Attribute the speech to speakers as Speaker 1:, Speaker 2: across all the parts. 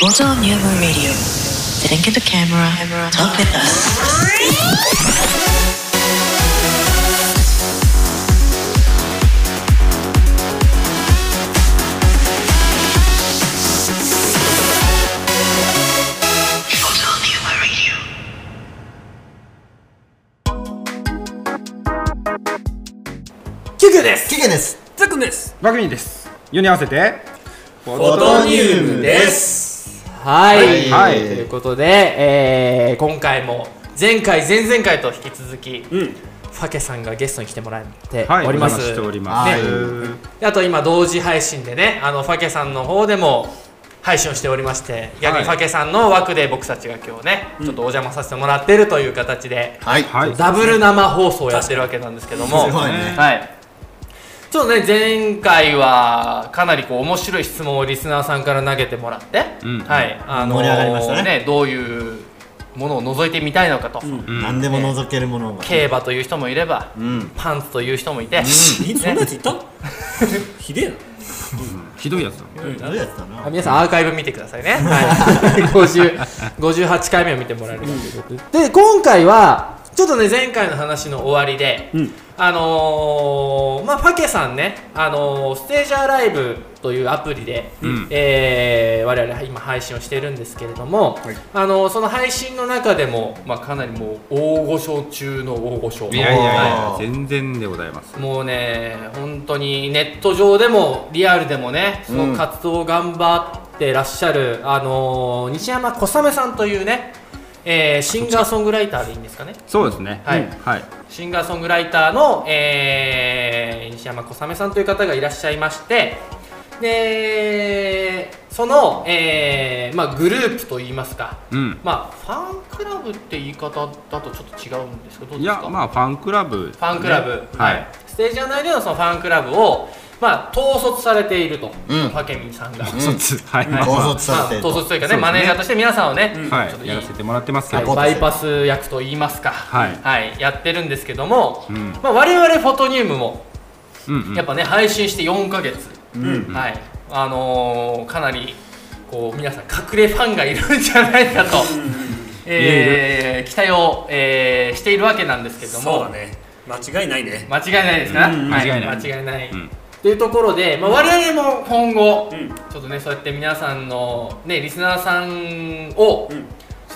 Speaker 1: Total New Moon Radio. Then get the camera. Talk with us.
Speaker 2: キュキュです
Speaker 3: キケです
Speaker 2: ザくんです
Speaker 4: バグミです。世に合わせて。フォ
Speaker 2: フォトニウムですはい、
Speaker 4: はい
Speaker 2: ということで、えー、今回も前回前々回と引き続き、ファケさんがゲストに来てもらって
Speaker 4: はい、
Speaker 2: おります、
Speaker 4: お話ししております。
Speaker 3: はい
Speaker 4: うん
Speaker 2: であと今同時配信でねあのファケさんの方でも配信をしておりまして逆にファケさんの枠で僕たちが今日ね、ちょっとお邪魔させてもらってるという形で、
Speaker 3: はい
Speaker 4: はい。
Speaker 2: ダブル生放送をやってるわけなんですけども
Speaker 3: すごいね
Speaker 2: はいちょっとね前回はかなりこう面白い質問をリスナーさんから投げてもらって、
Speaker 4: ん
Speaker 2: はいあのー
Speaker 3: 盛り上がりましたね
Speaker 2: どういうものを覗いてみたいのかと、
Speaker 3: 何でも覗けるものが
Speaker 2: 競馬という人もいれば、
Speaker 3: ん
Speaker 2: パンツという人もいて、
Speaker 5: えそんなやついたひでえな
Speaker 4: ひどいやつだ。
Speaker 3: どうやったの
Speaker 2: あ皆さんアーカイブ見てくださいね、はい、50 58回目を見てもらえるということでで今回はちょっとね前回の話の終わりで、あのーまあパケさんね、あのーステージアライブというアプリで、
Speaker 4: ん
Speaker 2: えー我々今配信をしてるんですけれども、あのーその配信の中でも、まあ、かなりもう大御所中の大御所
Speaker 4: いやいやい
Speaker 3: お
Speaker 4: や
Speaker 3: ー、
Speaker 4: 全然でございます。
Speaker 2: もうね本当にネット上でもリアルでもねその活動を頑張ってらっしゃる、あのー西山小雨さんというね、えーシンガーソングライターでいいんですかね
Speaker 4: そうですね。
Speaker 2: はい
Speaker 4: うんはい。
Speaker 2: シンガーソングライターの、えー西山小雨さんという方がいらっしゃいましてでその、えーまあ、グループといいますか、
Speaker 4: うん。
Speaker 2: まあ、ファンクラブって言い方だとちょっと違うんですけどどう
Speaker 4: い
Speaker 2: ですか
Speaker 4: や、まあ、ファンクラブ。フ
Speaker 2: ファンクラブ、
Speaker 4: はい。
Speaker 2: ステージ内でのそのファンクラブを、まあ、統率されていると、
Speaker 3: うん
Speaker 2: パケミンさんが、
Speaker 4: そっちはい。まあ
Speaker 3: 高
Speaker 4: ま
Speaker 3: 卒
Speaker 2: ま
Speaker 3: させ
Speaker 2: あ、
Speaker 3: てると
Speaker 2: 統率というかね
Speaker 4: そうですね
Speaker 2: マネージャーとして皆さんをね、
Speaker 4: あは
Speaker 2: ちょっと
Speaker 4: い。やらせてもらってますけ
Speaker 2: はい
Speaker 4: ど。
Speaker 2: バイパス役と言いますか、
Speaker 4: はい
Speaker 2: やってるんですけども、
Speaker 4: ん
Speaker 2: まあ、我々フォトニウムも
Speaker 4: うんうん
Speaker 2: やっぱね配信して4ヶ月、
Speaker 3: うん
Speaker 2: はいあのーかなりこう皆さん隠れファンがいるんじゃないかと、えー期待を、えーしているわけなんですけども
Speaker 5: そうだね間違いないね
Speaker 2: 間違いないですか、
Speaker 4: ん
Speaker 2: は
Speaker 4: 間違いない
Speaker 2: 間違いない、
Speaker 4: うん
Speaker 2: っていうところで、まあ、我々も今後、
Speaker 5: うん
Speaker 2: ちょっとねそうやって皆さんの、ね、リスナーさんを
Speaker 5: うん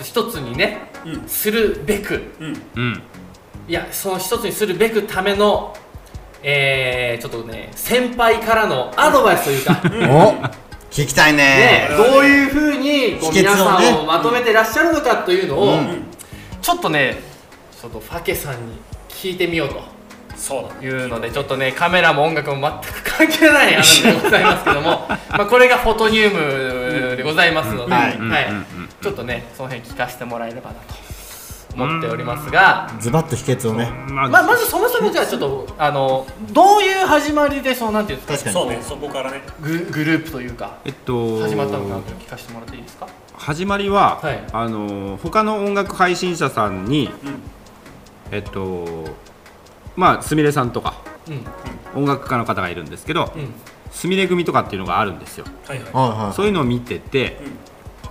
Speaker 2: 一つにね、
Speaker 5: うん
Speaker 2: するべく
Speaker 5: うん
Speaker 4: うん。
Speaker 2: いやその一つにするべくための、えー、ちょっとね先輩からのアドバイスというか、
Speaker 3: お聞きたいね、
Speaker 2: ねどういうふうにこう
Speaker 3: 秘訣をね
Speaker 2: 皆さんをまとめてらっしゃるのかというのを、
Speaker 3: うん
Speaker 2: ちょっとねちょっとファケさんに聞いてみようと。
Speaker 5: そうだね
Speaker 2: いうのでちょっとねカメラも音楽も全く関係ない話でございますけど もまあこれがフォトニウムでございますので、
Speaker 3: うんうん
Speaker 4: うん
Speaker 2: はい
Speaker 4: うん
Speaker 2: ちょっとねその辺聞かせてもらえればなと思っておりますが、
Speaker 3: ズバッと秘訣をね
Speaker 4: ま
Speaker 2: まあ、
Speaker 4: あ、
Speaker 2: まずそもそもじゃあちょっとあのどういう始まりでそうなんていうんですか
Speaker 3: 確かに
Speaker 5: そうねそこからね
Speaker 2: ググループというか
Speaker 4: えっと。
Speaker 2: 始まったのかなというのを聞かせてもらっていいですか
Speaker 4: 始まりは、
Speaker 2: はい
Speaker 4: あの他の音楽配信者さんに、
Speaker 5: ん
Speaker 4: えっとまあすみれさんとか
Speaker 2: うんうん
Speaker 4: 音楽家の方がいるんですけどすみれ組とかっていうのがあるんですよ
Speaker 5: はいはい
Speaker 3: は
Speaker 4: そういうのを見てて、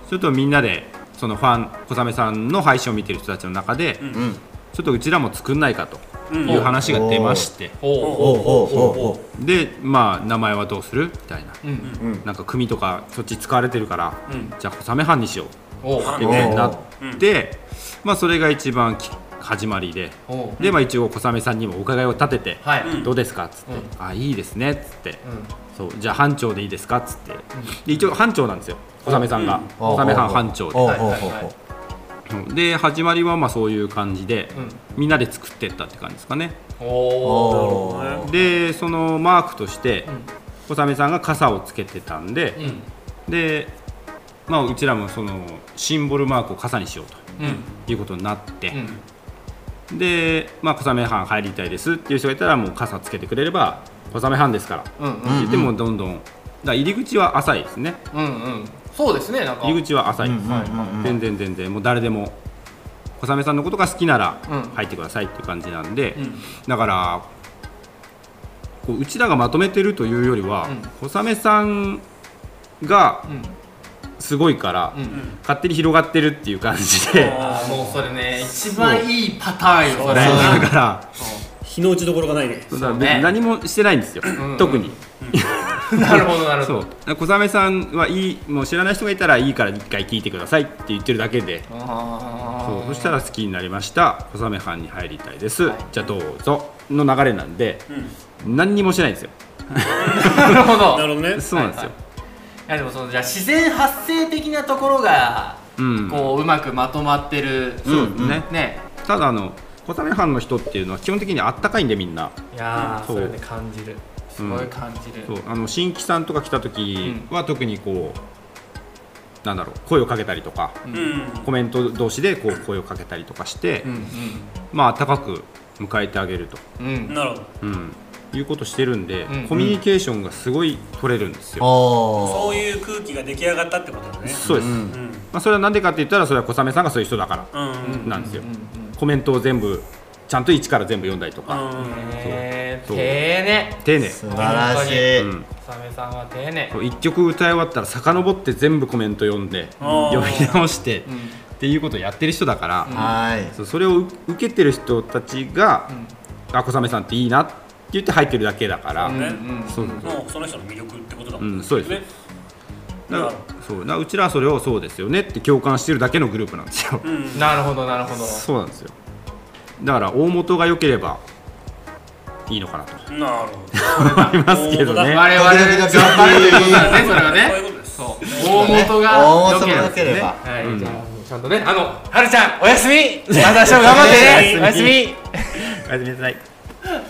Speaker 4: それとみんなでそのファン小雨さんの配信を見てる人たちの中で、
Speaker 3: いはいうん
Speaker 4: ちょっとうちらも作んないかと
Speaker 5: うん
Speaker 4: いう話が出まして、
Speaker 2: お
Speaker 3: お
Speaker 2: う
Speaker 3: うおうおうおう
Speaker 4: でまあ名前はどうするみたいな、
Speaker 2: うん
Speaker 4: なんか組とかそっち使われてるから、
Speaker 5: うん
Speaker 4: じゃあ小雨班にしよう
Speaker 2: おう
Speaker 4: っ
Speaker 3: お
Speaker 4: てこ
Speaker 3: う
Speaker 4: とになって、まあそれが一番き始まりで。
Speaker 2: おう
Speaker 4: でまあ、一応小雨さんにもお伺いを立てて、
Speaker 2: はい、
Speaker 5: ん
Speaker 4: どうですかっつって、
Speaker 2: うん
Speaker 4: あいいですねっつって、
Speaker 2: うん
Speaker 4: そうじゃあ班長でいいですかっつって、で一応班長なんですよ小雨さんが、
Speaker 3: おうおうおう
Speaker 4: 小雨班班長
Speaker 3: おう
Speaker 4: で,
Speaker 3: おうおうおう
Speaker 2: はいはいはい
Speaker 4: うん、で始まりはまあそういう感じで、
Speaker 2: うん
Speaker 4: みんなで作ってったって感じですかね
Speaker 2: おう
Speaker 3: おう
Speaker 5: なるほどね
Speaker 4: でそのマークとして、小雨さんが傘をつけてたんで、
Speaker 2: うん
Speaker 4: で、まあ、うちらもそのシンボルマークを傘にしよう
Speaker 2: うん
Speaker 4: ということになって、
Speaker 2: うん
Speaker 4: で、まあ、小雨班入りたいですっていう人がいたらもう傘つけてくれれば小雨班ですからって
Speaker 2: うん
Speaker 4: 言ってもうどんどんだから入り口は浅いですね
Speaker 2: うんうんそうですねなんか
Speaker 4: 入り口は浅いです、全然全然もう誰でも小雨さんのことが好きなら
Speaker 2: うん
Speaker 4: 入ってくださいっていう感じなんで、
Speaker 2: うん
Speaker 4: だからこううちらがまとめてるというよりは、小雨さんが
Speaker 2: うん
Speaker 4: すごいから、勝手に広がってるっていう感じで、
Speaker 5: あーもう
Speaker 2: もうそれね一番いいパターンよそれ
Speaker 4: だ
Speaker 2: はな
Speaker 4: から
Speaker 5: 日の打ちどころがないね
Speaker 4: そう
Speaker 2: そ
Speaker 4: だ
Speaker 2: うね
Speaker 4: 何もしてないんですよ、特に。
Speaker 2: なるほどなるほ
Speaker 4: そ
Speaker 2: ど
Speaker 4: う小雨さんはいいもう知らない人がいたらいいから一回聞いてくださいって言ってるだけでそうそしたら好きになりました小雨班に入りたいです、じゃあどうぞの流れなんで、何にもしないんですよ
Speaker 2: なるほど
Speaker 5: なるほどね
Speaker 4: そうなんですよ、
Speaker 2: いやでもそのじゃあ自然発生的なところが、
Speaker 4: うん
Speaker 2: こううまくまとまってる
Speaker 4: うんね
Speaker 2: ね
Speaker 4: ただあの小雨班の人っていうのは基本的にあったかいんでみんない
Speaker 2: やー
Speaker 4: そう
Speaker 2: それね感じるすごい感じる、
Speaker 4: そうあの新規さんとか来た時は特にこう、なんだろう声をかけたりとか、
Speaker 5: うん
Speaker 4: コメント同士でこう声をかけたりとかして、
Speaker 2: うん
Speaker 4: まああったかく迎えてあげると
Speaker 2: うんうん
Speaker 5: なるほど
Speaker 4: うん、いうことしてるんで、
Speaker 2: うん
Speaker 4: コミュニケーションがすごい取れるんですよ。
Speaker 3: お
Speaker 5: そ
Speaker 3: ー
Speaker 5: ういう空気が出来上がったってことだね
Speaker 4: そうです、
Speaker 3: うん
Speaker 5: うん
Speaker 4: まあ、それはなんでかって言ったらそれは小雨さんがそういう人だか
Speaker 5: うんうん
Speaker 4: らなんですよ、
Speaker 2: うんうん
Speaker 4: コメントを全部ちゃんと一から全部読んだりとか、
Speaker 5: うん
Speaker 2: へー丁
Speaker 4: そう
Speaker 2: 寧
Speaker 4: 丁寧、
Speaker 3: 素晴らしい、
Speaker 4: うん、
Speaker 2: サメさんは丁寧
Speaker 4: こう一曲歌い終わったら遡って全部コメント読んで
Speaker 5: あー
Speaker 4: 読み直して、っていうことをやってる人だから、
Speaker 3: はい
Speaker 4: そうそれを受受けてる人たちが「あ小雨さんっていいな」って言って入ってるだけだから、
Speaker 2: うんうん
Speaker 4: そうそうそう
Speaker 5: もうその人の魅力ってことだも
Speaker 4: うんんそうです
Speaker 5: ね
Speaker 4: だからそうだからうちらはそれをそうですよねって共感してるだけのグループなんですよ、
Speaker 5: うん
Speaker 2: なるほどなるほど
Speaker 4: そうなんですよだから大元が良ければいいのかなと
Speaker 5: なるほど
Speaker 4: 思いますけど
Speaker 5: 大元
Speaker 4: ね
Speaker 5: が
Speaker 2: 我々
Speaker 3: 時々
Speaker 2: 頑 張るということだねそれは
Speaker 5: そうい
Speaker 2: ね
Speaker 5: うことです
Speaker 2: そう大元が
Speaker 3: 大元
Speaker 2: 良けれ
Speaker 3: が良
Speaker 2: ば
Speaker 3: ければ
Speaker 2: はい、
Speaker 4: うん
Speaker 2: じゃあちゃんとねあのはるちゃんおやすみまた明日も頑張ってね お
Speaker 4: お
Speaker 2: や
Speaker 4: や
Speaker 2: す
Speaker 4: すみ
Speaker 2: み
Speaker 4: おやすみなさい
Speaker 3: 本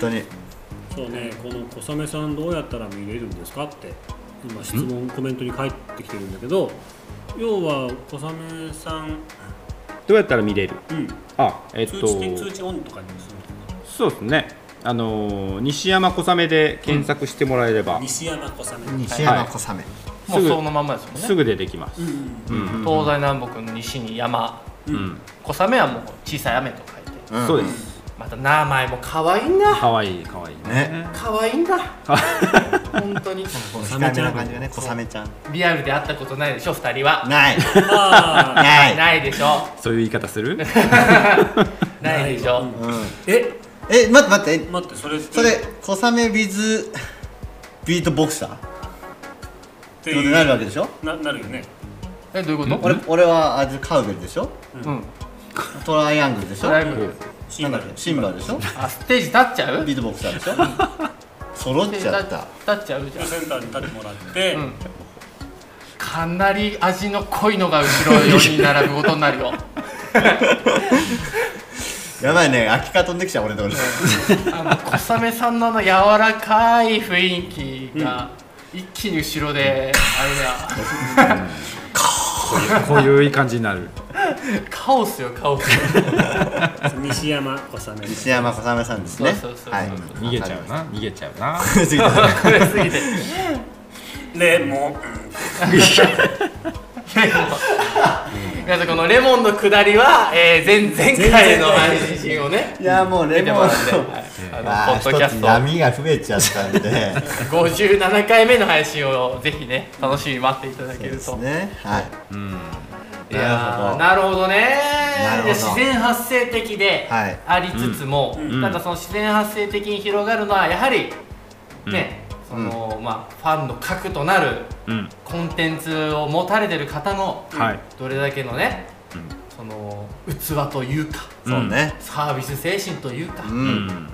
Speaker 3: 当に
Speaker 5: そうね、この小雨さんどうやったら見れるんですかって今質問コメントに返ってきてるんだけど要は小雨さん、
Speaker 4: どうやったら見れる
Speaker 5: うん、
Speaker 4: あえっ
Speaker 5: 通
Speaker 4: と
Speaker 5: 知通知オンとかにするのか
Speaker 4: そうですねあのー西山小雨で検索してもらえれば
Speaker 5: な、西山小雨、
Speaker 3: 西山小雨、
Speaker 2: も
Speaker 4: も
Speaker 2: う
Speaker 4: う
Speaker 2: そ
Speaker 4: そ
Speaker 2: のまんまですもんね
Speaker 4: すぐ出てきます、
Speaker 5: うん
Speaker 4: うん
Speaker 2: 東西南北の西に山
Speaker 4: うん
Speaker 2: 小雨はもう小さい雨と書いて
Speaker 3: うん
Speaker 4: そうです
Speaker 2: また名前も可愛いんだ
Speaker 4: 可愛い可愛い
Speaker 3: ね
Speaker 2: 可愛いんだ本当に
Speaker 3: こう控えめな感じがね小雨ちゃん
Speaker 2: リアルで会ったことないでしょ二人は
Speaker 3: ない
Speaker 5: ああ
Speaker 3: ない、
Speaker 2: ないでしょ
Speaker 4: そういう言い方する
Speaker 2: ないでしょ
Speaker 3: うん、
Speaker 5: え
Speaker 3: え待って待って
Speaker 5: 待ってそれって
Speaker 3: それ小雨ビズビートボクサーっ
Speaker 5: って
Speaker 3: て
Speaker 5: い
Speaker 3: こと
Speaker 5: う
Speaker 3: になるわけでしょ
Speaker 5: ななるよね
Speaker 2: えどういうこと
Speaker 3: 俺俺はあれカウベルでしょ
Speaker 2: うん
Speaker 3: トライアングルでしょ
Speaker 2: ライブ
Speaker 5: シ
Speaker 3: な
Speaker 5: ン
Speaker 3: ん
Speaker 5: バ
Speaker 3: だ
Speaker 5: ル
Speaker 3: っけシンバルでしょ
Speaker 2: あステージ立っちゃう
Speaker 3: ビートボクサーでしょ 揃っちゃった
Speaker 2: 立っちゃうじゃん
Speaker 5: センターに立ってもらって、
Speaker 2: んかなり味の濃いのが後ろ4人並ぶことになるよ
Speaker 3: やばいね空き缶飛んできちゃう俺のとこに
Speaker 2: あの小雨さんのあの柔らかい雰囲気が一気に後ろであれだ
Speaker 4: こういう感じになる
Speaker 2: カオスよカオス
Speaker 5: 西山小雨
Speaker 3: 西山小雨さんですね
Speaker 2: そうそうそうそう
Speaker 3: はい
Speaker 4: 逃げちゃうな 逃げちゃうな
Speaker 3: 次どうぞ
Speaker 2: これすぎて
Speaker 5: でも
Speaker 2: 皆さんこのレモンの下りは、えー、前前回の配信をね
Speaker 3: いやもうレ
Speaker 2: 見ても
Speaker 3: モン
Speaker 2: らって、はいあ
Speaker 3: あ
Speaker 2: の
Speaker 3: ー
Speaker 2: ポッドキャ
Speaker 3: 一つ
Speaker 2: スト
Speaker 3: 波が増えちゃったんで
Speaker 2: 57回目の配信をぜひね楽しみに待 っていただけ
Speaker 3: で
Speaker 2: る
Speaker 3: す
Speaker 2: と、
Speaker 3: ねはい
Speaker 2: いやーなるほどね
Speaker 3: なるほど
Speaker 2: いや自然発生的で
Speaker 3: はい
Speaker 2: ありつつも、
Speaker 5: うん
Speaker 2: ただその自然発生的に広がるのはやはりね、そのまあ、ファンの核となる
Speaker 4: うん
Speaker 2: コンテンツを持たれてる方の
Speaker 4: はい
Speaker 2: どれだけのね、
Speaker 4: ん
Speaker 2: その器というか
Speaker 3: そうね
Speaker 2: サービス精神というか、
Speaker 3: う
Speaker 2: っ
Speaker 4: うんん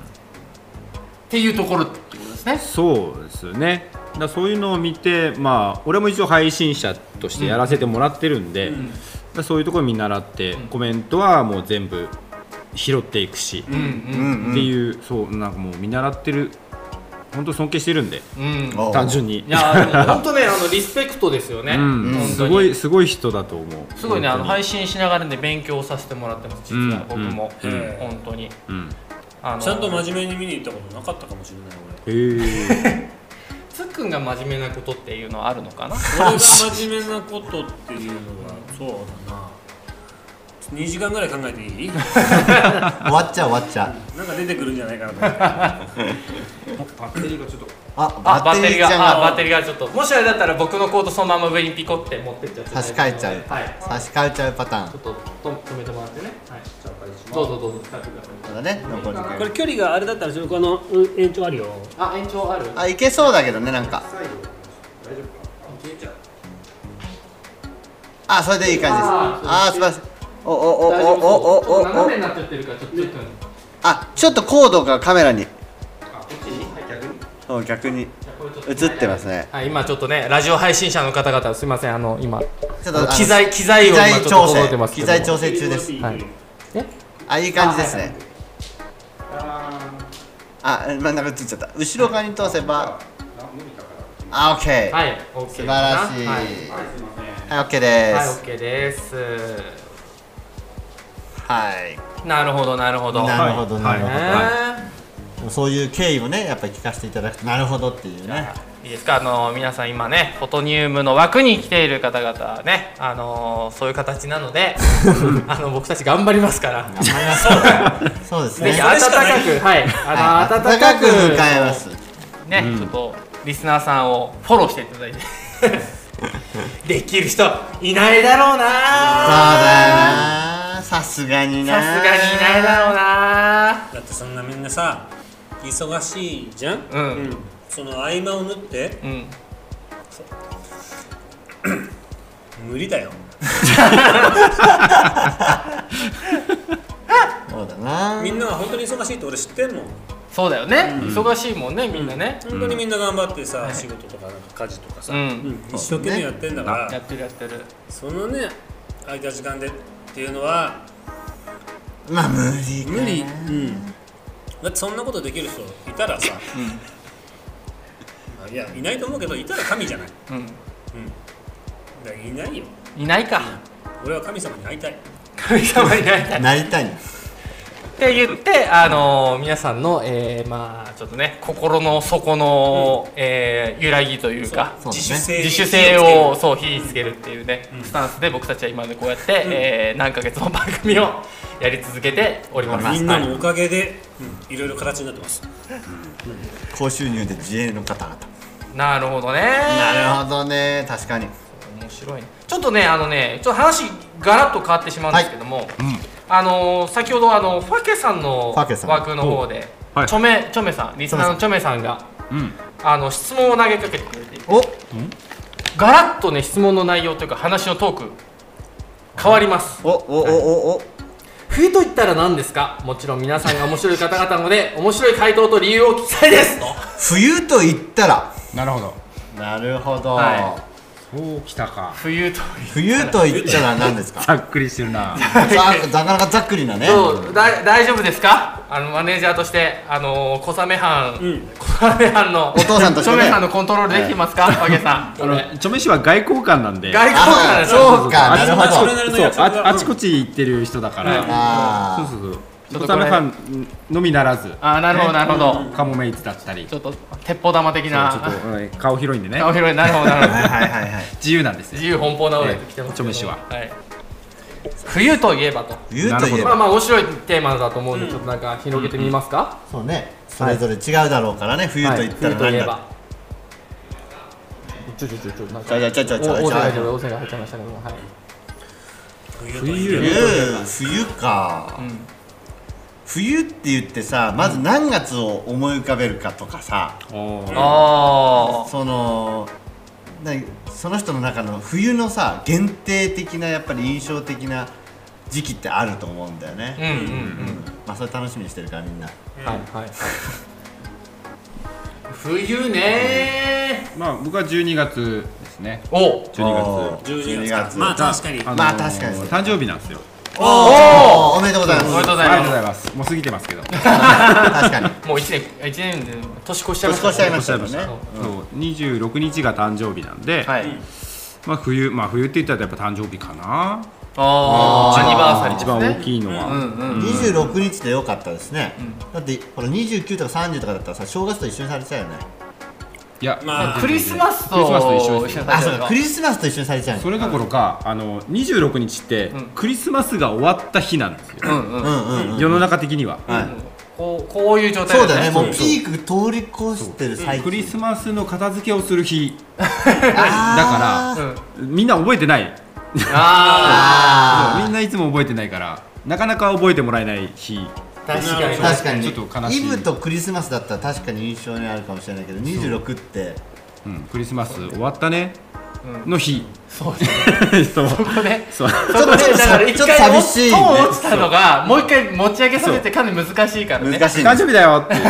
Speaker 2: ていうところってことですね。
Speaker 4: そうですねだからそういうのを見てまあ俺も一応配信者としてやらせてもらってるんで、だからそういうところ見習って、コメントはもう全部拾っていくし、
Speaker 2: うん
Speaker 3: うん
Speaker 4: っ
Speaker 3: う
Speaker 4: て
Speaker 3: ん
Speaker 4: いう、そうなんかもう見習ってる本当尊敬してるんで
Speaker 2: うんうん
Speaker 3: おう
Speaker 4: 単純に
Speaker 2: いやーでも本当ねあのリスペクトですよね、
Speaker 4: うん
Speaker 2: 本当に
Speaker 4: すごいすごい人だと思う
Speaker 2: すごいねあの配
Speaker 4: 信
Speaker 2: 信しながらね勉強させてもらってます実は僕
Speaker 4: うん
Speaker 2: も、
Speaker 5: うんうん
Speaker 2: 本当に
Speaker 4: うん
Speaker 2: あの
Speaker 5: ちゃんと真面目に見に行ったことなかったかもしれない
Speaker 4: へー
Speaker 2: つっくんが真面目なことっていうのはあるのかな
Speaker 5: 俺俺が真面目なことっていうのはそうだな2時間ぐらい考えていい
Speaker 3: 終わっちゃう終わっちゃう
Speaker 5: なんか出てくるんじゃないかなと思って
Speaker 4: バッテリーがちょっと
Speaker 6: あ
Speaker 2: あバッテリーが
Speaker 6: ちゃん
Speaker 2: あバッテリーがちょっともしあれだったら僕のコードそのまま上にピコって持ってっちゃって
Speaker 6: 差し替えちゃう
Speaker 2: はい
Speaker 6: 差し替えちゃうパターン
Speaker 2: ちょっとと止めてもらってねはいどうぞどうぞ使ってください
Speaker 6: そうだね残り時間
Speaker 5: これ距離があれだったらちょっとあのうん延長あるよ
Speaker 2: あ延長ある
Speaker 6: あいけそうだけどねなんかあそれでいい感じですあー素晴らしいおおおお
Speaker 2: 大丈夫そう
Speaker 6: お
Speaker 2: ちょっと
Speaker 6: おお
Speaker 2: 斜
Speaker 6: お
Speaker 2: めになっちゃってるからちょっとちょっとじ
Speaker 6: あちょっとコードがカメラに
Speaker 4: あこっちに逆に
Speaker 6: そう逆に
Speaker 2: ゃあこれちょっと
Speaker 6: 映ってますね
Speaker 2: はい今ちょっとねラジオ配信者の方々すいませんあの今
Speaker 6: ちょっとあの
Speaker 2: 機材機材
Speaker 6: 機
Speaker 2: 音がちょ
Speaker 6: 材
Speaker 2: っと
Speaker 6: 調
Speaker 2: 届いてま
Speaker 6: 整
Speaker 2: すけ
Speaker 6: 機
Speaker 2: ど
Speaker 6: 材調整中です
Speaker 2: はいえ
Speaker 6: あいい感じですね
Speaker 4: あ
Speaker 6: あ真ん中映っちゃった後ろ側に通せば
Speaker 4: ーあ無理かな
Speaker 6: あオッケー
Speaker 2: はい OK
Speaker 6: 素晴らしい
Speaker 2: は
Speaker 6: はい
Speaker 4: はいすいません
Speaker 6: いオッケーで
Speaker 2: はい
Speaker 6: す
Speaker 2: OK です
Speaker 6: はい
Speaker 2: なるほどなるほど
Speaker 6: なるほどな
Speaker 4: はい
Speaker 6: るほど、
Speaker 2: ね
Speaker 6: そういう経緯をねやっぱり聞かせていただくとなるほどっていうね
Speaker 2: いいですかあの皆さん今ねフォトニウムの枠に来ている方々ねあのそういう形なの であの僕たち頑張りますから
Speaker 6: そうです
Speaker 2: ぜひ
Speaker 6: ね
Speaker 2: 温かくはいあの
Speaker 6: はい
Speaker 2: 温かく
Speaker 6: 温迎えます
Speaker 2: ね、ちょっとリスナーさんをフォローしていた だいてできる人いないだろうな
Speaker 6: そうだよなさすがにな
Speaker 2: さすがにいないだろうな
Speaker 5: だってそんなみんなさ忙しいじゃん、
Speaker 2: うん
Speaker 5: その合間を縫って
Speaker 2: うん
Speaker 5: 無理だよ
Speaker 6: そうだな
Speaker 5: みんなが本当に忙しいって俺知ってんもん
Speaker 2: そうだよね、忙しいもんねみんなね、
Speaker 5: 本当にみんな頑張ってさ、仕事とかなんか家事とかさ、
Speaker 2: うん
Speaker 5: 一生懸命やってんだから、
Speaker 2: やってるやってる
Speaker 5: そのね空いた時間でっていうのは
Speaker 6: まあ無理か
Speaker 5: 無理、うん、だってそんなことできる人いたらさ、あいやいないと思うけどいたら神じゃない、
Speaker 2: う
Speaker 5: だからいないよ
Speaker 2: んいないか
Speaker 5: 俺は神様に会いたい
Speaker 2: 神様いないか
Speaker 6: なりたい
Speaker 2: って言って、あのー皆さんの、えーまあちょっとね心の底の、えー揺らぎというか
Speaker 6: そう
Speaker 5: 自主性に
Speaker 2: 自主性をそう火につけるっていうね、スタンスで僕たちは今までこうやって、えー何ヶ月も番組をやり続けております。
Speaker 5: みんな
Speaker 2: はい
Speaker 5: のおかげで、うんいろいろ形になってます
Speaker 6: 高収入で自営の方々
Speaker 2: なるほどね。
Speaker 6: なるほどね確かに
Speaker 2: 面白いねちょっとねあのねちょっと話ガラッと変わってしまうんですけども、あのー先ほどあのファケさんの
Speaker 6: ファケさん
Speaker 2: 枠の方で、
Speaker 4: おはい
Speaker 2: チョメチョメさんリスナーのチョメさんが
Speaker 4: うん
Speaker 2: あの質問を投げかけてくれていて
Speaker 6: お
Speaker 2: ガラッとね質問の内容というか話のトーク変わります
Speaker 6: おおおおお
Speaker 2: 冬と言ったら何ですかもちろん皆さんが面白い方々なので 面白い回答と理由を聞きたいですと
Speaker 6: 冬と言ったら
Speaker 4: なるほど
Speaker 6: なるほど、
Speaker 2: は
Speaker 4: そうきたか
Speaker 2: 冬と
Speaker 6: 冬と言ったら何ですか
Speaker 4: ざっくりしてるな
Speaker 6: ざなかなかざっくりなね
Speaker 2: そうだ大丈夫ですかあのマネージャーとしてあのー小雨班、小雨班 のお
Speaker 6: 父さんとしてね
Speaker 2: さんのコントロールできてますか、ファゲさん
Speaker 4: あの著名氏は外交官なんで
Speaker 2: 外交官
Speaker 6: あ
Speaker 2: でしょ
Speaker 6: そうかなるほ
Speaker 5: あそ
Speaker 6: ど
Speaker 5: れなりの
Speaker 4: そう
Speaker 5: 役職が
Speaker 4: ああちこち行ってる人だから、そう
Speaker 6: あ
Speaker 4: そう
Speaker 2: ちょ
Speaker 4: そ
Speaker 2: っと
Speaker 4: う小
Speaker 2: これ
Speaker 4: 雨ファンのみならず
Speaker 2: あーなるほどなるほど、
Speaker 4: カモメイツだったり
Speaker 2: ち
Speaker 4: ちょ
Speaker 2: ょっと鉄砲玉的な
Speaker 4: っとうん顔広いんで ね
Speaker 2: あ広いなるほどなるほ
Speaker 6: あ
Speaker 2: ど
Speaker 6: はいはいはいはい
Speaker 4: 自由なんですよ
Speaker 2: 自由奔放な俺来てますけど
Speaker 4: ええおちょめしは
Speaker 2: はい、冬といえばと
Speaker 6: 冬と
Speaker 4: なるほ
Speaker 6: いえ
Speaker 4: ど
Speaker 2: まあ
Speaker 6: ば
Speaker 2: まあ面白いテーマだと思うんで、ちょっとなんか広げてみますか、
Speaker 6: そうねそれぞれ違うだろうからね冬と言った
Speaker 2: 冬
Speaker 6: ら
Speaker 2: とい
Speaker 6: 何
Speaker 2: え
Speaker 6: だ
Speaker 2: ばちょちょちょちょなん
Speaker 6: ち
Speaker 2: か
Speaker 6: ょいちょいちょいちょい
Speaker 2: お音
Speaker 6: ちょ
Speaker 2: が入
Speaker 6: い
Speaker 2: っちゃいました音が入っちゃいましたけどもはい
Speaker 5: 冬
Speaker 6: 冬冬か、冬って言ってさまず何月を思い浮かべるかとかさ、
Speaker 4: おー
Speaker 2: あ
Speaker 6: そのなその人の中の冬のさ限定的なやっぱり印象的な時期ってあると思うんだ
Speaker 2: あ
Speaker 6: よ
Speaker 2: うん
Speaker 6: ね、
Speaker 2: うんうん
Speaker 6: まあそれ楽しみにしてるからみんな
Speaker 2: はいはいはい冬ね
Speaker 4: まあ僕は12月ですね
Speaker 2: ーお
Speaker 4: 12
Speaker 6: お
Speaker 4: 月
Speaker 5: 12
Speaker 6: 12
Speaker 5: 月
Speaker 6: 月
Speaker 5: まあ確かに
Speaker 4: のー
Speaker 6: まあ確かにそう
Speaker 4: 誕生日なんですよ
Speaker 6: おおおめでとうございます
Speaker 2: おめでとうござ
Speaker 4: ありが
Speaker 2: い
Speaker 4: とうご
Speaker 2: ま
Speaker 4: ざいますもう過ぎてますけど
Speaker 6: 確かに
Speaker 2: すもう一年一年で年越しちゃい
Speaker 6: 年
Speaker 2: まし
Speaker 6: 越しちゃいました
Speaker 4: お
Speaker 6: よ
Speaker 4: っし
Speaker 6: ね
Speaker 4: ゃいましたそう26日が誕生日なんで、
Speaker 6: はい
Speaker 4: まあ冬まあ冬って言ったらやっぱ誕生日かな
Speaker 2: ああアニバーサリー
Speaker 4: 一番
Speaker 2: ですね
Speaker 4: 大きいのは、
Speaker 2: うんうん
Speaker 6: 26日でよかったですね、だってこれ29とか30とかだったらさ正月と一緒にされちゃうよね
Speaker 4: いや、
Speaker 5: ま
Speaker 4: 全
Speaker 5: あ
Speaker 4: 然
Speaker 2: クリスマスと
Speaker 4: クリスマスと一緒ですよ
Speaker 6: あそうかクリスマスと一緒にされちゃうよ
Speaker 4: それどころかあの26日って、クリスマスが終わった日なんですよ、
Speaker 2: うんうん
Speaker 6: うんうんうん
Speaker 4: 世の中的には、
Speaker 6: はい
Speaker 2: こうこういう状態
Speaker 6: そうだね
Speaker 2: も
Speaker 6: も
Speaker 2: う
Speaker 6: うピーク通り越してる最中
Speaker 4: クリスマスの片付けをする日
Speaker 6: あ
Speaker 4: だか
Speaker 2: ん、
Speaker 4: らみんな覚えてない
Speaker 2: あ
Speaker 4: そうみんないつも覚えてないからなかなか覚えてもらえない日
Speaker 2: あ確かに
Speaker 6: ー確かに
Speaker 4: ちょっと悲しい
Speaker 6: イブとクリスマスだったら確かに印象にあるかもしれないけど26って
Speaker 4: うん、クリスマス終わったね、の日 そうそう
Speaker 2: ここね
Speaker 4: そう
Speaker 2: ちょっと
Speaker 6: ちょっと
Speaker 2: だから一
Speaker 6: ちょっと
Speaker 2: 回
Speaker 6: 寂しいね
Speaker 2: トーン落ちたのがもう一回持ち上げされてかなり難しいからね
Speaker 6: 難しい
Speaker 4: 誕
Speaker 6: ね
Speaker 4: 生日だよ っていう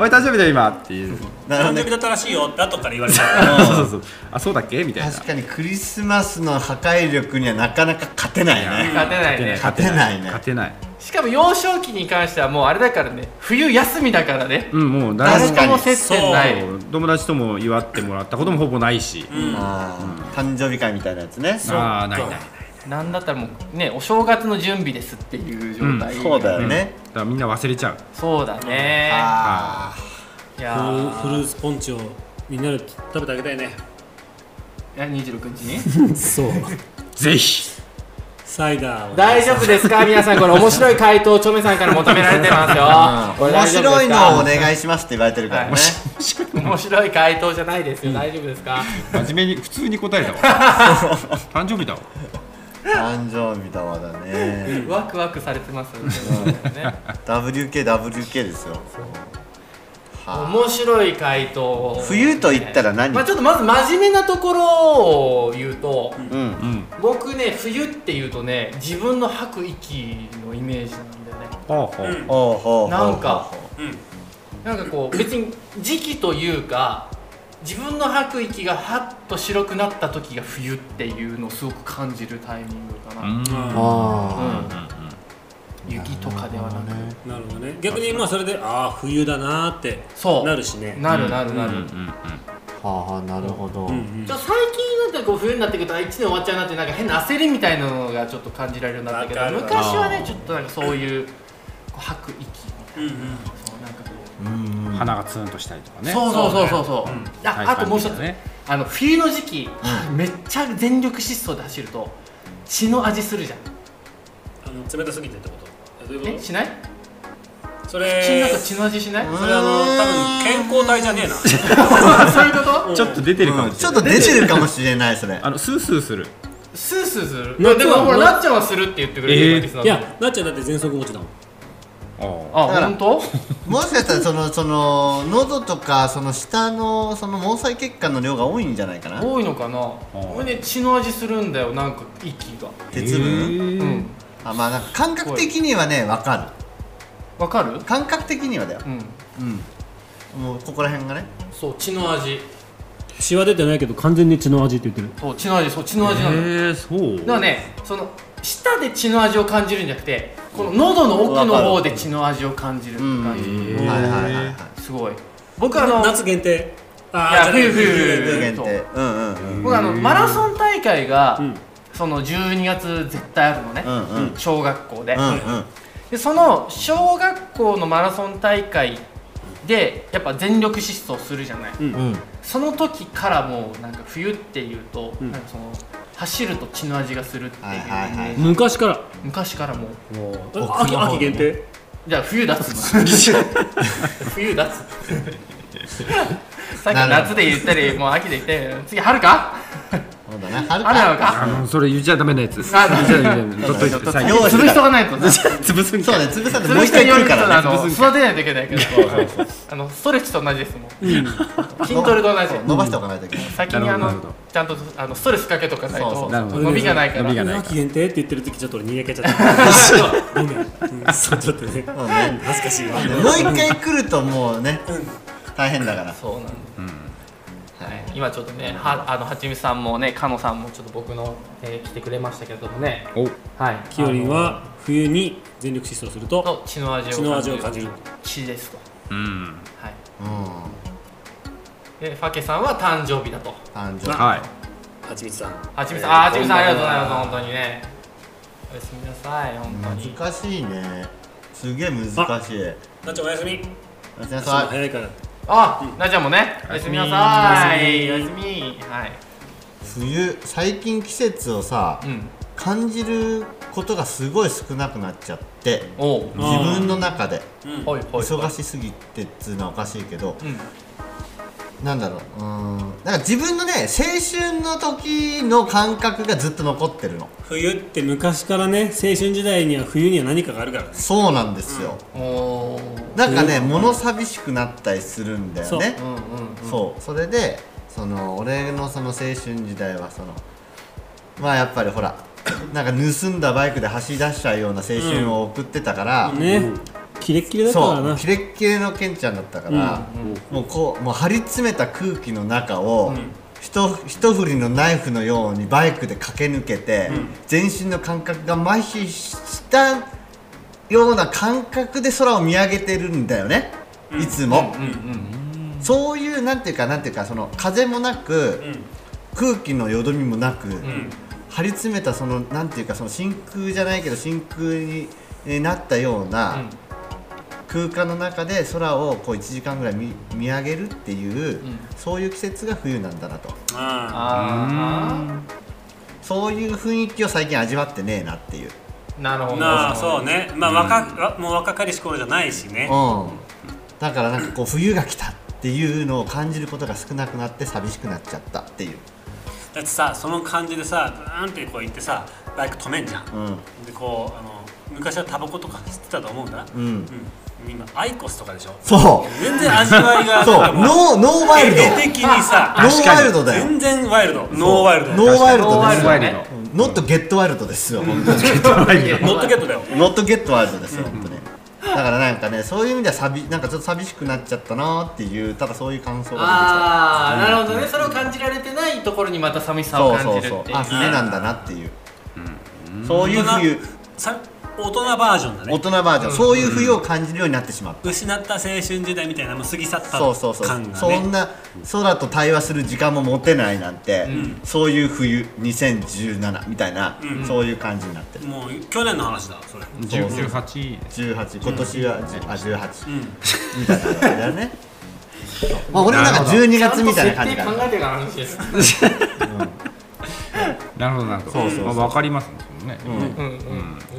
Speaker 4: おい誕生日だよ今って いう
Speaker 6: なるほ
Speaker 5: 誕
Speaker 6: ど
Speaker 5: 生
Speaker 6: ね
Speaker 5: 日だったらしいよって後から言われた
Speaker 4: そうそうあそうだっけみたいな
Speaker 6: 確かにクリスマスの破壊力にはなかなか勝てないね
Speaker 2: 勝てないね
Speaker 6: 勝てないね
Speaker 4: 勝てない
Speaker 2: しかも幼少期に関してはもうあれだからね冬休みだからね
Speaker 4: うんもう
Speaker 2: 誰
Speaker 4: 誰も
Speaker 2: とも接点ない
Speaker 5: 確
Speaker 4: 友達とも祝ってもらったこともほぼないし、
Speaker 6: あー誕生日会みたいなやつね
Speaker 4: ああないないない
Speaker 2: なんだったらもうねお正月の準備ですっていう状態、
Speaker 6: そうだよね
Speaker 4: だからみんな忘れちゃう
Speaker 2: そうだね
Speaker 6: あ
Speaker 2: いや
Speaker 5: フル
Speaker 2: ー
Speaker 5: フルーツポンチをみんなで食べてあげたいね
Speaker 2: いや26日に
Speaker 5: そう
Speaker 4: ぜひ
Speaker 5: サイダーを
Speaker 2: 大丈夫です か皆さんこれ面白い回答をチョメさんから求められてますよ
Speaker 6: あ面白いのをお願いしますって言われてるから ね
Speaker 2: 面白い回答じゃないですよ、大丈夫ですか
Speaker 4: 真面目に普通に答え たわ誕生日だわ
Speaker 6: 誕生日だわだね
Speaker 2: ワクワクされてますよね
Speaker 6: WKWK ですよは
Speaker 2: 面白い回答を
Speaker 6: あ冬と言ったら何
Speaker 2: まあ、ちょっとまず真面目なところを言うと、
Speaker 6: うん
Speaker 4: うん
Speaker 2: 僕ね冬っていうとね自分の吐く息のイメージなんだよね
Speaker 4: ほうほう、
Speaker 5: うん
Speaker 6: ほうほうほう
Speaker 2: なんか
Speaker 5: うん
Speaker 2: なんかこう別に時期というか自分の吐く息がはっと白くなった時が冬っていうのをすごく感じるタイミングかな、
Speaker 4: うん
Speaker 2: うん
Speaker 6: あ
Speaker 2: 雪とかではなく、
Speaker 5: なるほどね逆にまあそれでああ冬だなーって
Speaker 2: そう
Speaker 5: なるしね
Speaker 2: なるなるなる、
Speaker 4: うんうんうん
Speaker 6: あはあなるほど
Speaker 5: うんうん
Speaker 2: ちょ最近なんかこう冬になってくると1年終わっちゃうなってなんか変な焦りみたいなのがちょっと感じられるようになったけ
Speaker 5: わか
Speaker 2: ど
Speaker 5: る
Speaker 2: 昔は
Speaker 6: あ
Speaker 2: ね
Speaker 6: ー
Speaker 2: ちょっとなんかそういうこう吐く息みたいな,、
Speaker 5: うんうん
Speaker 2: そうなんかこう
Speaker 6: うん
Speaker 4: 鼻がツーンとしたりとかね
Speaker 2: そうそうそうそうそう、あ,、
Speaker 4: はい
Speaker 2: あともう一つ、
Speaker 4: 感じだね
Speaker 2: あの冬の時期、めっちゃ全力疾走で走ると血の味するじゃん
Speaker 5: あの冷たすぎてってことえどういう
Speaker 2: え
Speaker 5: こ
Speaker 2: しない
Speaker 5: と
Speaker 2: 口の
Speaker 5: それ
Speaker 2: 中血の味しない、
Speaker 5: それあの多分健康体じゃねえ な
Speaker 2: そういう こと
Speaker 4: ちょっと出てるかもしれない、
Speaker 6: うんちょっと出てるかもしれないそれ
Speaker 4: あのスースーする
Speaker 2: スースーする
Speaker 5: 夏は
Speaker 2: でもほら
Speaker 5: 夏
Speaker 2: なっちゃんはするって言ってくれる
Speaker 4: えー
Speaker 2: リスナー
Speaker 5: いやなっちゃんだって喘息持ちだもん
Speaker 4: あ
Speaker 2: あ
Speaker 6: だから
Speaker 2: 本当
Speaker 6: もしかしたらそのその喉とかその下のその毛細血管の量が多いんじゃないかな
Speaker 2: 多いのかなこれね血の味するんだよなんか息が
Speaker 6: 鉄分
Speaker 2: うん
Speaker 6: あまあなんか感覚的にはねわか
Speaker 2: わかる
Speaker 6: る感覚的にはだよ
Speaker 2: うん
Speaker 6: うんもうここら辺がね
Speaker 2: そう血の味
Speaker 5: 血は出てないけど完全に血の味って言ってる
Speaker 2: そう血の味そう血の味な
Speaker 4: へ
Speaker 2: のよ
Speaker 4: えそ
Speaker 2: だ
Speaker 4: う
Speaker 2: からねその舌で血の味を感じるんじゃなくてこの喉の奥の方で血の味を感じるって
Speaker 6: うんは
Speaker 2: 感
Speaker 6: い
Speaker 2: じ
Speaker 6: はいはいはい
Speaker 2: すごい僕あの
Speaker 5: 夏限定
Speaker 2: いや
Speaker 5: ああ
Speaker 2: 冬冬冬
Speaker 6: 冬限定うんうんうん
Speaker 2: 僕あのマラソン大会が、
Speaker 5: ん
Speaker 2: その12月絶対あるのね、
Speaker 6: うんうん
Speaker 2: 小学校で,、
Speaker 6: うんうん
Speaker 2: でその小学校のマラソン大会でやっぱ全力疾走するじゃない、
Speaker 6: うん
Speaker 2: その時からもうなんか冬っていうと、
Speaker 5: ん
Speaker 2: なんかその走ると血の味がするっていう、
Speaker 6: はいはいはい
Speaker 5: 昔から
Speaker 2: 昔からもう
Speaker 6: の
Speaker 5: 秋秋限定
Speaker 2: じゃあ冬出すの 冬出すさっき夏で言ったりもう秋で言ったり次春 か
Speaker 6: そうだね春
Speaker 2: 春なの
Speaker 6: か
Speaker 2: か
Speaker 4: あのそれ言っちゃダメなやつです
Speaker 2: あ
Speaker 4: 言っちゃダメなやつ取っとい
Speaker 2: ちょってと
Speaker 4: 最
Speaker 6: 用
Speaker 4: 後
Speaker 6: 意して
Speaker 2: 潰しとかないとな
Speaker 4: 潰すん
Speaker 6: そう
Speaker 4: か
Speaker 6: ね
Speaker 4: い
Speaker 6: 潰さんとも
Speaker 2: 潰
Speaker 6: う
Speaker 2: し
Speaker 6: 一
Speaker 2: て
Speaker 6: 回
Speaker 2: よ
Speaker 6: 来
Speaker 2: り
Speaker 6: る
Speaker 2: か
Speaker 6: からら
Speaker 2: あ
Speaker 6: ね
Speaker 2: の育てないといけないけどあのストレッチと同じですもん筋トレと同じ
Speaker 6: そう伸ばしておかないといけない
Speaker 2: 先にあ
Speaker 4: なるほど
Speaker 2: のちゃんとあのストレスかけとかない
Speaker 6: そうそ
Speaker 2: と
Speaker 6: う
Speaker 4: なるほど
Speaker 2: 伸びがないか
Speaker 4: 伸
Speaker 2: ら
Speaker 4: びがない
Speaker 5: 秋限定って言ってる時ちょっと俺にやけちゃったごめんうんそうちょっとね
Speaker 6: そうね
Speaker 5: 恥ずかしいわ
Speaker 6: もう一回来るともうね大変だから
Speaker 2: そうなんです、はい、今ちょっとねはあのはちみつさんもねかのさんもちょっと僕の、えー来てくれましたけれどもね
Speaker 4: お
Speaker 2: はい
Speaker 5: きよりんは冬に全力疾走す
Speaker 2: あ
Speaker 5: る
Speaker 2: の
Speaker 5: と
Speaker 2: の血の味を
Speaker 5: 血の味を感じる
Speaker 2: 血ですと
Speaker 4: うん
Speaker 2: はい
Speaker 6: うん
Speaker 2: でファケさんは誕生日だと
Speaker 6: 誕生日
Speaker 4: はい
Speaker 5: はちみつさん
Speaker 2: はちみつ
Speaker 5: え
Speaker 2: さ
Speaker 5: ー
Speaker 2: んあはちみつさんありがとうございます
Speaker 5: こんばんは
Speaker 2: 本当にねおやすみなさい本当に
Speaker 6: 難しいねすげえ難しい
Speaker 5: なっちゃんおやすみ
Speaker 6: おやすみな
Speaker 5: 朝が
Speaker 6: さい
Speaker 5: 早いから
Speaker 2: あ、なちゃんもね、おやすみなさい。おやすみ。はい。
Speaker 6: 冬最近季節をさ
Speaker 2: うん。
Speaker 6: 感じることがすごい少なくなっちゃって
Speaker 7: おう
Speaker 5: うん
Speaker 6: 自分の中で
Speaker 7: はいはい
Speaker 6: 忙しすぎてっつうのはおかしいけど、
Speaker 7: うん
Speaker 6: なんだろううーんなんか自分のね青春の時の感覚がずっと残ってるの
Speaker 5: 冬って昔からね青春時代には冬には何かがあるからね
Speaker 6: そうなんですよ、
Speaker 7: おー
Speaker 6: なんかね、物寂しくなったりするんだよね
Speaker 7: うんうん
Speaker 6: そうそれでその俺のその青春時代はそのまあやっぱりほらなんか盗んだバイクで走り出しちゃうような青春を送ってたから、
Speaker 5: ねキレッキレだったから
Speaker 6: そ
Speaker 5: な
Speaker 6: うキレッキレのケンちゃんだったから、もうこうもう張り詰めた空気の中を、ひと一振りのナイフのようにバイクで駆け抜けて、全身の感覚が麻痺したような感覚で空を見上げてるんだよね、いつも、そういうなんていうかなんていうかその風もなく、空気のよどみもなく、張り詰めたそのなんていうかその真空じゃないけど真空にえーなったような、空間の中で空をこう1時間ぐらい見見上げるっていう、そういう季節が冬なんだなと
Speaker 5: あ
Speaker 7: あ
Speaker 6: そういう雰囲気を最近味わってねえなっていう、
Speaker 2: なるほ
Speaker 5: あ
Speaker 2: ど
Speaker 5: なあそうねまあ若もう若かりし頃じゃないしね
Speaker 6: うん、だからなんかこう冬が来たっていうのを感じることが少なくなって寂しくなっちゃったっていう、
Speaker 5: だってさその感じでさブーンってこう行ってさバイク止めんじゃん
Speaker 6: うん
Speaker 5: でこうあの昔はタバコとか吸ってたと思うんだ
Speaker 6: うん
Speaker 5: うん今アイコスとかでしょ
Speaker 6: そう
Speaker 5: 全然味わい が
Speaker 6: そう
Speaker 5: なんかも
Speaker 6: ノーノーワイルド
Speaker 5: 絵的にさ
Speaker 6: ノーワイルドだよ
Speaker 5: 全然ワイルドノーワイルド
Speaker 6: ノーワイルド
Speaker 2: ノーワイ
Speaker 6: で
Speaker 2: ルドね
Speaker 6: すノットゲットワイルドですよ本当に
Speaker 5: ノットゲットだよ
Speaker 6: ノットゲットワールドですよ、本当ね。だからなんかね、そういう意味では寂なんかちょっと寂しくなっちゃったなーっていう、ただそういう感想が
Speaker 2: ああなるほどねそれを感じられてないところにまた寂し
Speaker 6: 出てきた。
Speaker 2: さを感
Speaker 6: そうそ
Speaker 2: じ
Speaker 6: う
Speaker 2: る
Speaker 6: そう
Speaker 2: っ。ていう
Speaker 6: あ、冬なんだなっていう。そういう冬、
Speaker 5: さ大人バージョンだ
Speaker 6: 大
Speaker 5: ね
Speaker 6: 人バージョン、そういう冬を感じるようになってしまった。
Speaker 5: 失った青春時代みたいなもう過ぎ去った
Speaker 6: そうそうそう、
Speaker 5: 感が
Speaker 6: そん
Speaker 5: ね
Speaker 6: な空と対話する時間も持てないなんて、そういう冬2017みたいな、そういう感じになってる
Speaker 5: もう去年の話だそれ
Speaker 4: 18
Speaker 6: 18今年は、じゅあ18、みたいな感じだよねまあ俺もなんか12月みたいな感じ
Speaker 2: ちゃ
Speaker 6: か
Speaker 2: んと
Speaker 6: な
Speaker 2: 設定考えてからの話です
Speaker 4: なるほどなるほど
Speaker 6: そうそうそう
Speaker 4: まあわかりますねそのね
Speaker 2: うんうん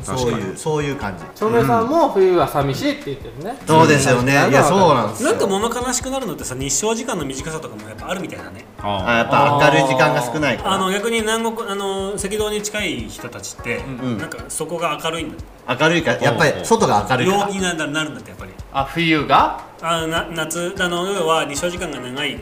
Speaker 6: そういうそういう感じ。
Speaker 2: 照明さんも冬は寂しいって言ってるね
Speaker 6: そうですよね。いやそうなんですよ。
Speaker 5: なんか物悲しくなるのってさ日照時間の短さとかもやっぱあるみたいだね
Speaker 6: あや
Speaker 4: あ
Speaker 6: っぱ明るい時間が少ない
Speaker 5: あ
Speaker 6: か
Speaker 5: の逆に南国あの赤道に近い人たちって、なんかそこが明るいんだ
Speaker 6: ら明るいからやっぱり外が明るい
Speaker 5: 陽
Speaker 6: か
Speaker 5: 気にななるんだってやっぱり
Speaker 7: あ冬が
Speaker 5: あな夏あの要は日照時間が長い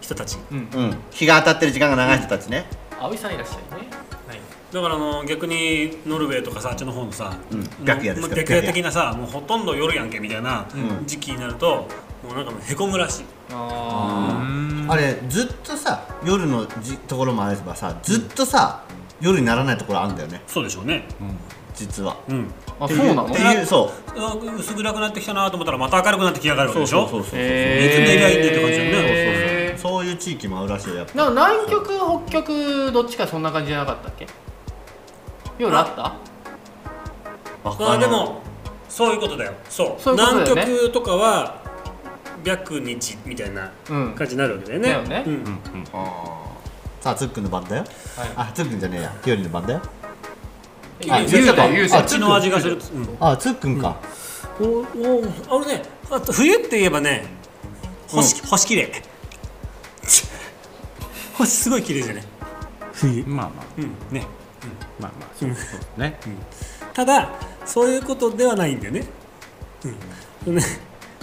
Speaker 5: 人たち
Speaker 6: ら。うん。日が当たってる時間が長い人たちね。
Speaker 7: 葵さんいらっしゃいねはい
Speaker 5: だからあの逆にノルウェーとかさあっちの方のさ、
Speaker 6: ん
Speaker 5: あの
Speaker 6: 楽屋ですから
Speaker 5: 楽屋的なさもうほとんど夜やんけみたいな時期になると、もうなんかもうへこむらしい
Speaker 6: あれずっとさ夜のじところもあればさずっとさ夜にならないところあるんだよね
Speaker 5: そうでしょうね
Speaker 6: 実は。
Speaker 5: うん
Speaker 7: あそうなの
Speaker 6: っていうそう
Speaker 5: あ薄暗くなってきたなと思ったらまた明るくなってきやがるわ
Speaker 6: そう
Speaker 5: けでし
Speaker 6: そ
Speaker 5: ょ
Speaker 6: うそうそう。
Speaker 7: え
Speaker 5: いつ寝りゃいいんだって感じだよね
Speaker 7: えー
Speaker 6: そういう地域もあるらしいよやっ
Speaker 7: な
Speaker 6: ぱ。
Speaker 7: 南極北極どっちかそんな感じじゃなかったっけ夜あった
Speaker 6: わか
Speaker 5: あ
Speaker 6: ん
Speaker 5: で
Speaker 6: ない
Speaker 5: もそういうことだよそう
Speaker 7: そういうことだよね
Speaker 5: 南極とかは白日みたいな
Speaker 7: うん
Speaker 5: 感じになるわけだよね
Speaker 7: だよね
Speaker 5: うん
Speaker 6: さあつっくんの番だよ。あつっくんじゃねえや。きよりの番だよ。
Speaker 7: あ
Speaker 6: 言うたか
Speaker 7: 言うた
Speaker 5: あ
Speaker 7: よ
Speaker 5: っちの味がする、うん
Speaker 6: あつっくんか。
Speaker 5: おおあれねあと冬って言えばね星,、星綺麗星すごい綺麗じゃね冬
Speaker 4: まあまあ
Speaker 5: うんね
Speaker 4: まあまあそうそうね
Speaker 5: ただそういうことではないんだよね、うん、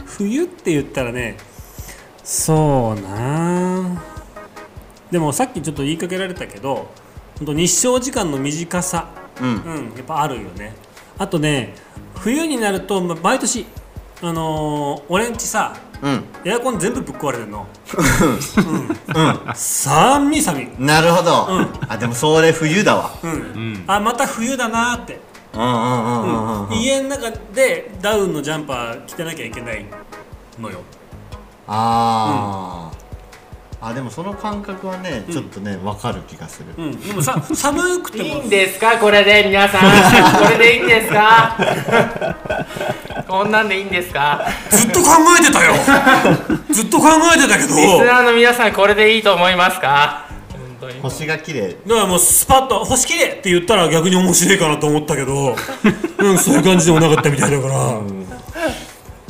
Speaker 5: 冬って言ったらねそうなあでもさっきちょっと言いかけられたけどほんと日照時間の短さ、
Speaker 6: うん。
Speaker 5: うん、やっぱあるよねあとね冬になるとま毎年あのー、俺んちさ
Speaker 6: うん。
Speaker 5: エアコン全部ぶっ壊れてん の。うん。寒い寒い。
Speaker 6: なるほど。あでもそれ冬だわ。
Speaker 5: うん。あ、また冬だなーって。
Speaker 6: うんうんうんうんうん。
Speaker 5: 家の中でダウンのジャンパー着てなきゃいけないのよ。
Speaker 6: あー、あでもその感覚はねちょっとねわ、かる気がする、
Speaker 5: うん。でもさ、寒くて
Speaker 2: いい
Speaker 5: も
Speaker 2: ん。ですかこれで 皆さんこれでいいんですかこんなんでいいんですか
Speaker 5: ずっと考えてたよ。ずっと考えてたけど。
Speaker 2: リスナーの皆さんこれでいいと思いますか当に
Speaker 6: 星が綺麗
Speaker 5: だからもうスパッと「星綺麗って言ったら逆に面白いかなと思ったけど、うん、そういう感じでもなかったみたいだから、
Speaker 6: あ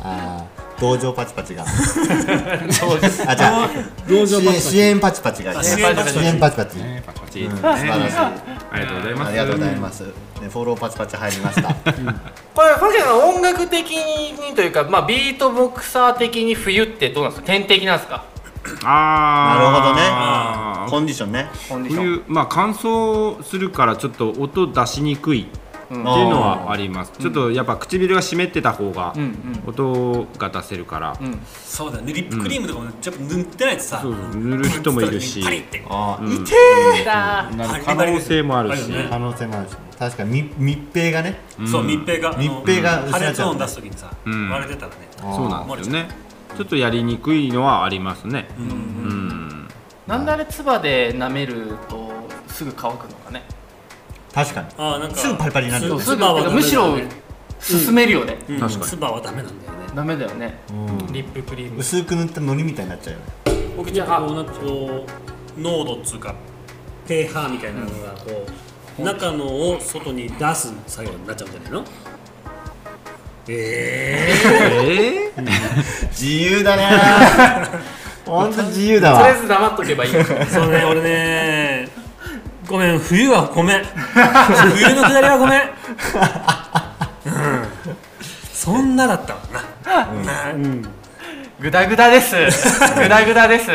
Speaker 6: あ同情パチパチ があじゃあ支援支援パチパチがいいね
Speaker 5: 支
Speaker 6: 支
Speaker 5: 援パチパチ
Speaker 6: 援パチパチ
Speaker 4: ねパチパチ、
Speaker 6: うん
Speaker 4: ね
Speaker 6: 素晴らしい
Speaker 4: ありがとうございます
Speaker 6: ありがとうございますねフォローパチパチ入りました
Speaker 2: これファケさん音楽的にというか、まあ、ビートボクサー的に冬ってどうなんですか天敵なんですか
Speaker 4: あ
Speaker 6: なるほどね
Speaker 4: ー
Speaker 6: コンディションね
Speaker 7: コンディション
Speaker 4: 冬まあ乾燥するからちょっと音出しにくいっていうのはあります、ちょっとやっぱ唇が湿ってた方が
Speaker 7: ん
Speaker 4: 音が出せるから、
Speaker 7: ん
Speaker 5: そうだねリップクリームとかもちょっと塗ってないとさ、
Speaker 4: そうそう塗る人もいるし
Speaker 5: パリって
Speaker 6: あーいて
Speaker 4: なる可能性もあるし、
Speaker 5: あるよね
Speaker 6: 可能性もあるしね確かに密密閉がね
Speaker 5: そう密閉があの
Speaker 6: 密閉が
Speaker 5: 破
Speaker 6: 薄れ
Speaker 5: 裂
Speaker 6: ちゃう
Speaker 5: 音出す時にさ、
Speaker 4: ん
Speaker 5: 割れてたらね
Speaker 4: そうなんですよねちょっとやりにくいのはありますね
Speaker 5: うん
Speaker 4: うん、
Speaker 7: なんであれ唾で舐めるとすぐ乾くのかね
Speaker 6: 確かに
Speaker 5: あーなんか
Speaker 6: すぐパリパリになるよね
Speaker 5: そ
Speaker 7: す
Speaker 5: う
Speaker 7: ぐむしろ進めるよね、
Speaker 5: うん
Speaker 4: 確かに
Speaker 5: ツバはダメなんだよね
Speaker 7: ダメだよね
Speaker 6: うん
Speaker 2: リップクリーム
Speaker 6: 薄く塗ったのりみたいになっちゃうよね
Speaker 5: 僕じゃあこうなんかこう濃度っつうか pH みたいなのがこう、中のを外に出す作業になっちゃうんじゃないのえ
Speaker 4: えー、
Speaker 6: 自由だね 本当自由だ
Speaker 2: とりあえ
Speaker 6: わ
Speaker 2: ず黙っとけばいい
Speaker 5: えー、そうね俺ねごめん冬はごめん冬の下りはごめん、うん、そんなだったもんな、なうん、
Speaker 7: グダグダです グダグダです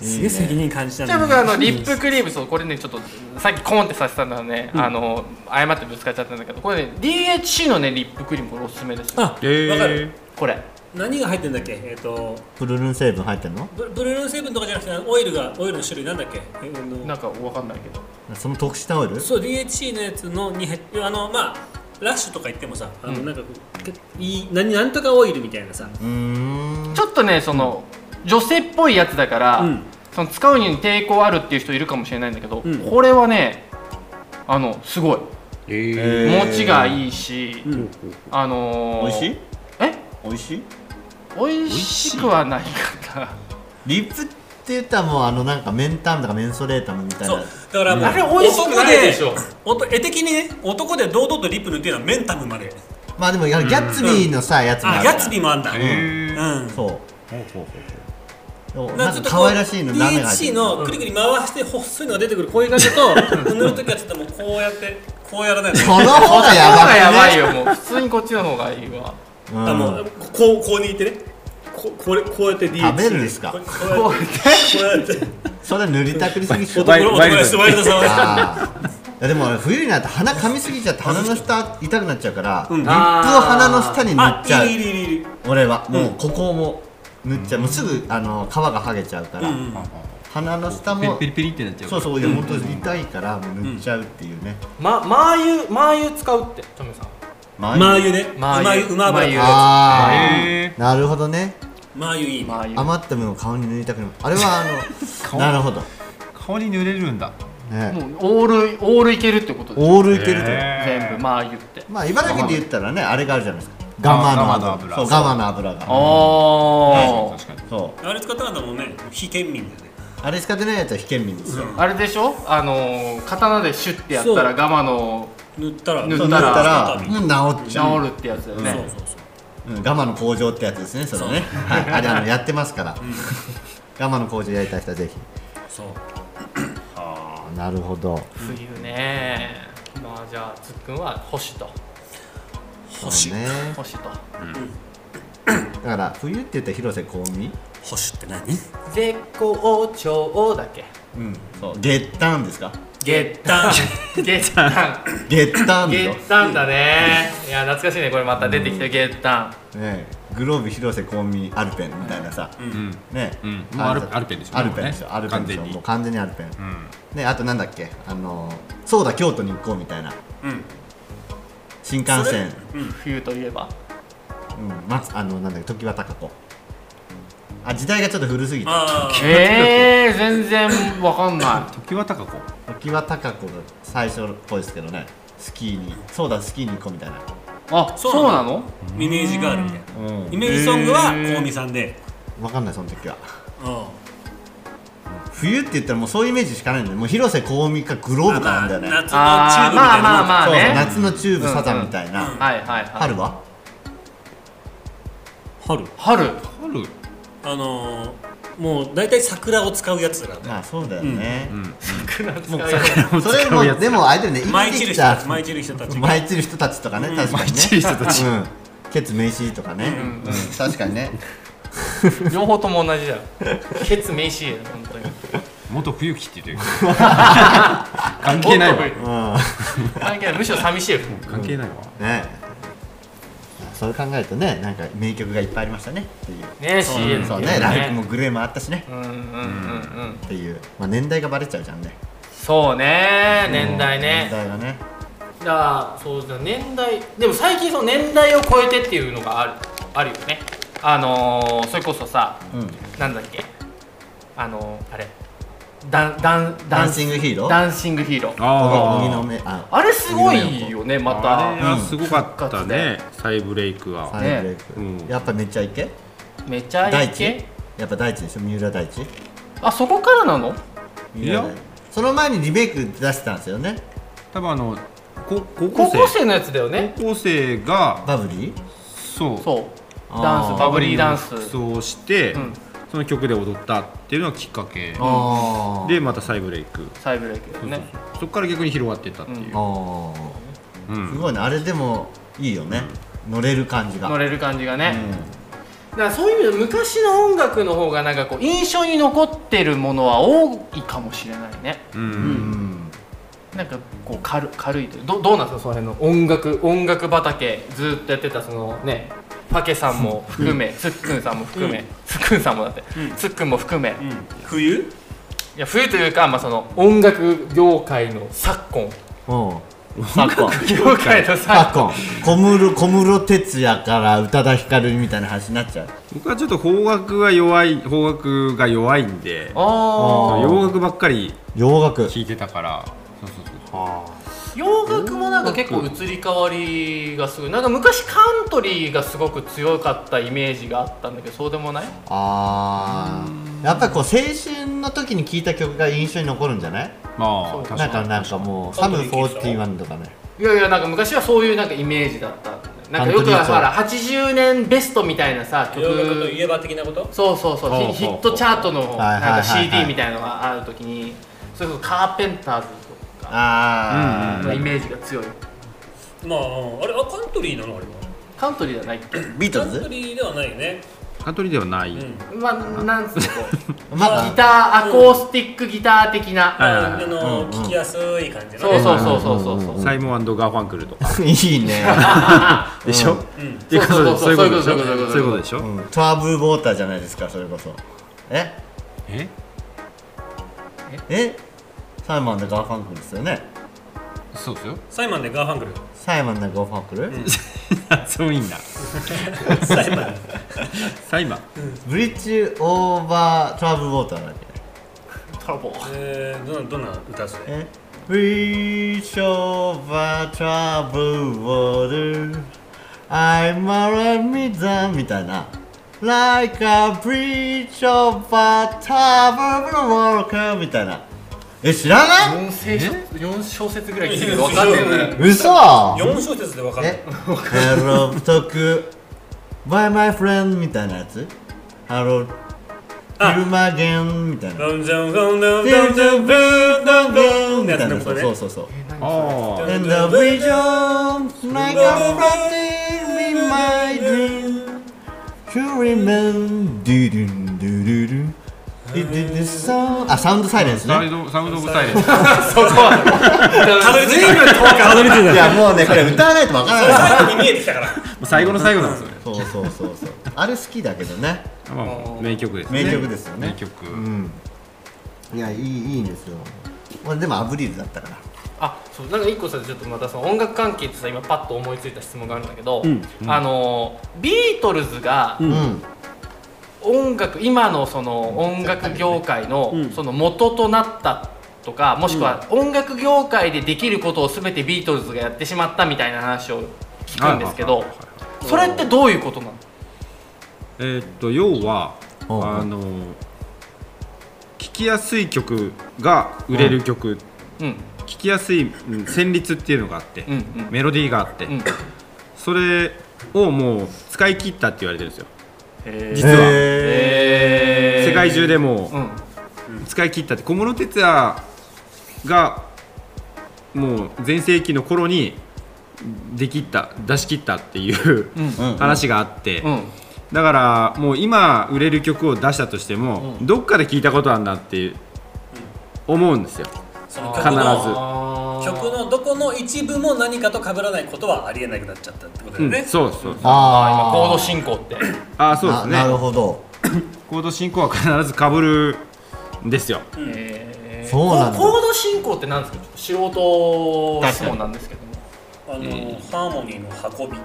Speaker 5: すげえ責任感じた
Speaker 7: じゃあ僕あのリップクリームそうこれねちょっとさっきコーンってさせたのはね、あの誤ってぶつかっちゃったんだけどこれね DHC のねリップクリームこれおすすめですよ
Speaker 5: あ、わか
Speaker 4: えー
Speaker 5: る
Speaker 7: これ
Speaker 5: 何が入ってんだっけえっ、と
Speaker 6: プルルン成分入ってんの
Speaker 5: ブブルーン成分とかじゃなくてオイルがオイルの種類なんだっけえあの
Speaker 7: なんかわかんないけど
Speaker 6: その特殊なオイル
Speaker 5: そう DHC のやつのに入ってあのまあラッシュとか行ってもさあの、なんかこうけいい何なんとかオイルみたいなさ
Speaker 6: うーん
Speaker 7: ちょっとねその、女性っぽいやつだから、
Speaker 5: うん
Speaker 7: その使うに抵抗あるっていう人いるかもしれないんだけど、
Speaker 5: ん
Speaker 7: これはねあのすごい
Speaker 4: えー
Speaker 7: 持ちがいいし、
Speaker 5: ん
Speaker 7: あのー、
Speaker 6: 美味しい
Speaker 7: え
Speaker 6: 美味しい
Speaker 7: 美味しくはないかな
Speaker 6: リップって言ったらもうあのなんかメンタンとかメンソレータムみたい
Speaker 5: そう
Speaker 6: な
Speaker 5: だからもう、
Speaker 2: あれ美味しくないでしょ
Speaker 5: 男でおと絵的にね男で堂々とリップ塗っていうのはメンタムまで
Speaker 6: まあでもやギャッツビーのさやつもあ
Speaker 5: あ
Speaker 6: る
Speaker 5: ギ
Speaker 6: か
Speaker 5: ャ
Speaker 6: ら
Speaker 5: ッツビーもあんだ、うん
Speaker 6: そうでも
Speaker 5: な
Speaker 6: なんんか
Speaker 5: かちょっとこう
Speaker 6: 可愛らしいのラメが入って
Speaker 5: DHC
Speaker 6: る
Speaker 5: のくりくり回して細いのが出てくるこういう感じ と塗るときはちょっともうこうやってこうやらないと
Speaker 6: この方がや
Speaker 7: こっちの方がや
Speaker 6: ば
Speaker 7: ば
Speaker 6: く
Speaker 7: い
Speaker 6: ね
Speaker 7: よもう普通にこっちの方がいいわ
Speaker 6: うん
Speaker 5: あもうこうこうにいてねここれこうやって DHC
Speaker 6: 食べるんですか
Speaker 5: こうこうやってこうやって
Speaker 6: それ塗りたくりすぎっしょ
Speaker 5: 男の男ですワイルドさんは
Speaker 6: あーいやでも俺冬になると鼻噛みすぎちゃって鼻の下痛くなっちゃうから、リップを
Speaker 2: あー
Speaker 6: 鼻の下に塗っちゃ
Speaker 5: あ
Speaker 6: う
Speaker 5: いるいるいるいる
Speaker 6: 俺はもうここも塗っちゃう、もうすぐあの皮が剥げちゃうから、
Speaker 5: うんうん
Speaker 6: 鼻の下
Speaker 3: ペリ
Speaker 6: も
Speaker 3: ペリペリってなっちゃう
Speaker 6: そうそういや本当に痛いからもう塗っちゃうっていうね、
Speaker 2: まマー油マー油使うってトムさん
Speaker 6: ま
Speaker 5: マー油ね
Speaker 2: マー油
Speaker 5: 馬油馬油
Speaker 6: あ
Speaker 4: へ
Speaker 6: ーなるほどね
Speaker 5: マー油いいね
Speaker 7: まあいう
Speaker 6: 余った分を顔に塗りたくなるあれは あのなるほど、
Speaker 3: 顔に塗れるんだ
Speaker 6: ね、
Speaker 7: もうオールオールいけるってことで
Speaker 6: オールいけるという、
Speaker 7: 全部まあ言って
Speaker 6: まあ茨城で言ったらねあれがあるじゃないですかガマの油
Speaker 3: ガマの油
Speaker 6: そうガマの油
Speaker 7: あ
Speaker 6: が
Speaker 4: 確かに
Speaker 6: そう
Speaker 5: あれ使った方もね非県民だよね
Speaker 6: あれ使ってないやつは非県民ですよ、
Speaker 7: ああれでしょあのー刀でシュッてやったらガマの
Speaker 5: 塗ったら
Speaker 7: 塗
Speaker 6: そう
Speaker 7: っ
Speaker 6: な
Speaker 7: たら
Speaker 6: ったら、もう治っちゃう、
Speaker 7: 治るってやつだよ
Speaker 5: そう
Speaker 7: ね、
Speaker 5: そうそう
Speaker 6: うん、ガマの工場ってやつですねそれねはいあれあのやってますから、ガマの工場やりたい人はぜひ
Speaker 5: そう
Speaker 6: あなるほど
Speaker 7: 冬ねまあじゃあつっくんは星と
Speaker 6: そうね
Speaker 7: 星と
Speaker 6: だから冬って言ったら広瀬香美
Speaker 5: 保守って何
Speaker 2: 絶好調だっけ
Speaker 6: うんそう月単ですか
Speaker 2: 月
Speaker 5: ダン
Speaker 2: 月月単
Speaker 6: 月単でしょ
Speaker 2: 月単だねいや懐かしいねこれまた出てきた月単
Speaker 6: ねえグローブ広瀬香美アルペンみたいなさ、
Speaker 4: ん
Speaker 6: ねえ、
Speaker 4: うんもうアルアルペンでしょ
Speaker 6: アルペンでしょ
Speaker 4: もうね
Speaker 6: アルペンでしょ
Speaker 4: 完全に
Speaker 6: もう完全にアルペン、
Speaker 4: うん
Speaker 6: ねあとなんだっけあのーそうだ京都に行こうみたいな、
Speaker 5: ん
Speaker 6: 新幹線、
Speaker 7: 冬といえば
Speaker 6: うん、まあのなんだっけ常盤貴子あ時代がちょっと古すぎて
Speaker 5: あ ー
Speaker 7: えー、全然わかんない
Speaker 4: 時は高子
Speaker 6: 常盤貴子が最初っぽいですけどねスキーにそうだスキーに行こうみたいな、
Speaker 7: あ
Speaker 5: そう
Speaker 7: そう
Speaker 5: な
Speaker 7: なの
Speaker 5: イメージガールみたいな
Speaker 6: うん
Speaker 5: イメージソングは香美さんで
Speaker 6: 分かんないその時は
Speaker 5: うん
Speaker 6: 冬って言ったらもうそういうイメージしかないんだよもう広瀬香美かグローブかなんだよね、
Speaker 5: 夏のチューブみたいな
Speaker 2: あーまあまあまあ
Speaker 6: そうそう
Speaker 2: ね
Speaker 6: 夏のチューブサザンみたいな、
Speaker 2: はいはいはい
Speaker 6: 春は
Speaker 5: 春
Speaker 2: 春
Speaker 4: 春
Speaker 5: あのー、もう大体桜を使うやつだからね
Speaker 6: まあそうだよね、
Speaker 2: もう
Speaker 6: それもでもあれだよね
Speaker 5: 舞
Speaker 6: 生
Speaker 5: い
Speaker 6: き
Speaker 5: 散
Speaker 6: て
Speaker 5: る
Speaker 6: き
Speaker 5: 人た
Speaker 6: た
Speaker 5: ち舞い散る人た
Speaker 6: 舞い散る人た
Speaker 5: ちが
Speaker 6: ちとかね、確かにね
Speaker 4: 舞い散る人たち
Speaker 6: うん、ケツ名刺とかね、うん確かにね
Speaker 2: 両方とも同じだよケツ名刺やよ本当に
Speaker 4: 元冬木って言ってる関係ないわ
Speaker 2: 関係ないむしろ寂しいよ
Speaker 4: 関係ないわ
Speaker 6: ねそう考えるとねなんか名曲がいっぱいありましたねっていう、
Speaker 2: ね CM
Speaker 6: そうねライブもグレーもあったしね
Speaker 2: うんうんうんうん
Speaker 6: っていう、まあ、年代がバレちゃうじゃんね
Speaker 2: そうね年代
Speaker 6: 年
Speaker 2: ね
Speaker 6: 代がね
Speaker 8: だからそうだ年代でも最近その年代を超えてっていうのがあるあるよね
Speaker 2: あのーそれこそさ
Speaker 6: うん
Speaker 2: なんだっけあのーあれダンダン
Speaker 6: ダンシングヒーロー
Speaker 2: ダンシングヒーロー
Speaker 4: あ
Speaker 6: 荻
Speaker 4: ー
Speaker 6: 野目あ
Speaker 2: あれすごいよねま
Speaker 4: あれ
Speaker 2: た
Speaker 4: はすごかったね再ブレイクは
Speaker 6: サイブレイク、
Speaker 4: うん
Speaker 6: やっぱめっちゃイケ
Speaker 2: めちゃ
Speaker 6: 大
Speaker 2: イ
Speaker 6: 地
Speaker 2: ケ
Speaker 6: やっぱ大地でしょ三浦大地
Speaker 2: あそこからなの
Speaker 6: 三浦大
Speaker 4: いや
Speaker 6: 地その前にリメイク出してたんですよね
Speaker 4: 多分あのこ高
Speaker 2: 高
Speaker 4: 校
Speaker 2: 校
Speaker 4: 生
Speaker 2: 生のやつだよね
Speaker 4: 高校生が
Speaker 6: バブリー
Speaker 4: そう
Speaker 2: そう
Speaker 6: あー
Speaker 2: ダンスバブリーダンス
Speaker 4: そうして、
Speaker 2: うん
Speaker 4: その曲で踊ったっていうのがきっかけ
Speaker 6: あー
Speaker 4: でまた再ブレイク
Speaker 2: サイブレイクだよね
Speaker 4: そこから逆に広がってったっていう、
Speaker 6: あ
Speaker 4: う
Speaker 6: ーす
Speaker 4: ん
Speaker 6: ごいねあれでもいいよね乗れる感じが
Speaker 2: 乗れる感じがね、
Speaker 8: だからそういう意味で昔の音楽の方がなんかこう
Speaker 2: 印象に残ってるものは多いかもしれないね
Speaker 4: うん
Speaker 6: うん、うん、
Speaker 2: なんかこう軽軽いというどどうなんですかその辺の音楽音楽畑ずっとやってたそのねパケさんも含めつっくんさんも含め、つっくんさんもだって、つっくんも含め、い
Speaker 5: 冬
Speaker 2: や冬というか、まあ、その
Speaker 8: 音楽業界の
Speaker 2: 昨今
Speaker 6: おう昨今
Speaker 2: 業界の
Speaker 6: 昨
Speaker 2: 昨
Speaker 6: 今小室小室哲哉から宇多田ヒカルみたいな話になっちゃう
Speaker 4: 僕はちょっと邦楽が弱い邦楽が弱いんで
Speaker 2: あ
Speaker 6: あー
Speaker 4: 洋楽ばっかり
Speaker 6: 洋楽
Speaker 4: 聴いてたからそうそうそう
Speaker 2: ー洋楽もなんか結構移り変わりがすごいなんか昔カントリーがすごく強かったイメージがあったんだけどそうでもない
Speaker 6: あーやっぱりこう青春の時に聴いた曲が印象に残るんじゃない
Speaker 4: まあ確か
Speaker 6: なん
Speaker 4: に
Speaker 6: かなんかもうサム41とかね
Speaker 2: いやいやなんか昔はそういうなんかイメージだったんだよねなんかよく
Speaker 6: カントリー
Speaker 2: は
Speaker 6: 調
Speaker 2: ほら80年ベストみたいなさ曲
Speaker 5: 洋楽といえば的なこと
Speaker 2: そうそうそう
Speaker 4: ほうほうほう
Speaker 2: ヒヒットチャートの
Speaker 6: はいはいは
Speaker 2: な
Speaker 6: い
Speaker 2: ん
Speaker 6: は
Speaker 2: か
Speaker 6: い
Speaker 2: CD みたいなのがあるときにそれこそカーペンターズとか
Speaker 6: あ
Speaker 2: のイメージが強い
Speaker 5: まああれはカントリーなのあれは
Speaker 2: カントリーじゃないっけ
Speaker 6: ービート
Speaker 5: カ
Speaker 6: ル
Speaker 5: ント
Speaker 6: ズ
Speaker 5: リーではないよね
Speaker 4: カントリーではない、
Speaker 5: ん
Speaker 2: まあなんつうのこうギ
Speaker 6: まだ
Speaker 2: ターアコースティックギター的な
Speaker 4: はいはい
Speaker 5: あ
Speaker 4: はい
Speaker 5: の、
Speaker 6: うんうん
Speaker 5: 聞きやすい感じの
Speaker 2: そう
Speaker 5: ね
Speaker 2: そうそうそうそう
Speaker 4: サイモンガーファンクルとか
Speaker 6: いいね、
Speaker 4: でしょ、
Speaker 5: ん
Speaker 4: っていうことで
Speaker 2: そうそうそう
Speaker 4: そう
Speaker 2: そういうこと
Speaker 4: いうことでしょ、
Speaker 6: うん、トラブルウォーターじゃないですかそれこそえ
Speaker 4: え
Speaker 6: えサイマンでガーファンクルですよね
Speaker 4: そうですよ
Speaker 5: サイマンでガーファンクル
Speaker 6: サイマンでガーファンクル、
Speaker 4: そういいんだ
Speaker 5: サイマン
Speaker 4: サイマン
Speaker 6: ブリッジオーバートラブルウォーターだっけ
Speaker 2: トラボ
Speaker 5: えー、どんなどんな歌それ
Speaker 6: え Reach over troubled water I'm a reminder みたいな Like a bridge over troubled water みたいなえ知らない
Speaker 2: 4小節四小節ぐらい聞いてるけど分かんないよね
Speaker 6: 嘘
Speaker 5: 4小節で分かる
Speaker 6: え Hello talk by my friend みたいなやつ Hello
Speaker 5: あ
Speaker 6: human again みたいな
Speaker 5: ドンジョンドンドン
Speaker 6: み
Speaker 5: ドンドンドンドンドン
Speaker 6: たい
Speaker 5: の
Speaker 6: なそ
Speaker 5: こと
Speaker 6: う
Speaker 5: ね
Speaker 6: そうそうそう
Speaker 4: ああ
Speaker 6: And the vision like a floating in my dream To remain do do do do do It did the sound あ、サウンドサイレンス
Speaker 4: サウ
Speaker 6: ね
Speaker 4: ンドサウンドオブサイレンス
Speaker 5: たどり着いたたどり着い
Speaker 6: い
Speaker 5: た
Speaker 6: やもうね、これ歌わないとわからない
Speaker 5: 最後に見えてきたから
Speaker 4: 最後の最後なんですよね
Speaker 6: そうそうそうそうあれ好きだけどね
Speaker 4: まあまあ、名曲ですね
Speaker 6: 名曲ですよね
Speaker 4: 名曲、
Speaker 6: うんいや、いいいいんですよ俺でもアブリルだったから
Speaker 8: あそうなんか一個さちょっとまたその音楽関係ってさ今パッと思いついた質問があるんだけど、あのービートルズが
Speaker 6: うん
Speaker 2: 音楽今のその音楽業界のその元となったとかもしくは音楽業界でできることを全てビートルズがやってしまったみたいな話を聞くんですけ
Speaker 4: は
Speaker 2: ど
Speaker 4: いはいはい
Speaker 2: それってどういうことなの
Speaker 4: えーっと要は
Speaker 6: うん
Speaker 4: あの聴ききやすい曲が売れる曲、
Speaker 2: うん
Speaker 4: 聴きやすいうん旋律っていうのがあって、
Speaker 2: うんうん
Speaker 4: メロディーがあって、
Speaker 2: うん
Speaker 4: それをもう使い切ったって言われてるんですよ
Speaker 2: へ
Speaker 4: 実は
Speaker 2: え
Speaker 4: 世界中でも
Speaker 2: うん
Speaker 4: う使い切ったって小室哲哉がもう全盛期の頃にできった出し切ったっていう、
Speaker 2: うん
Speaker 4: 話があって、
Speaker 2: うん
Speaker 4: だからもう今売れる曲を出したとしても、どっかで聞いたことあんなっていう思うんですよ
Speaker 5: その
Speaker 4: 必
Speaker 5: 曲の
Speaker 4: ず。
Speaker 5: 曲のどこの一部も何かと被らないことはありえなくなっちゃったってことだ
Speaker 4: う
Speaker 5: よ
Speaker 4: ん
Speaker 5: ね、、
Speaker 4: そうそうそう
Speaker 2: 今コー
Speaker 6: あ
Speaker 2: ド進行って
Speaker 4: あそうで
Speaker 6: あ
Speaker 4: す
Speaker 6: なる
Speaker 4: ね
Speaker 6: ほど
Speaker 4: コード進行は必ずかぶるんですよ
Speaker 6: そう
Speaker 2: コ
Speaker 6: なん
Speaker 2: ー
Speaker 6: だ
Speaker 2: ド進行ってなんですかちょっと素人質問なんですけども
Speaker 5: あの、ハーモニーの運び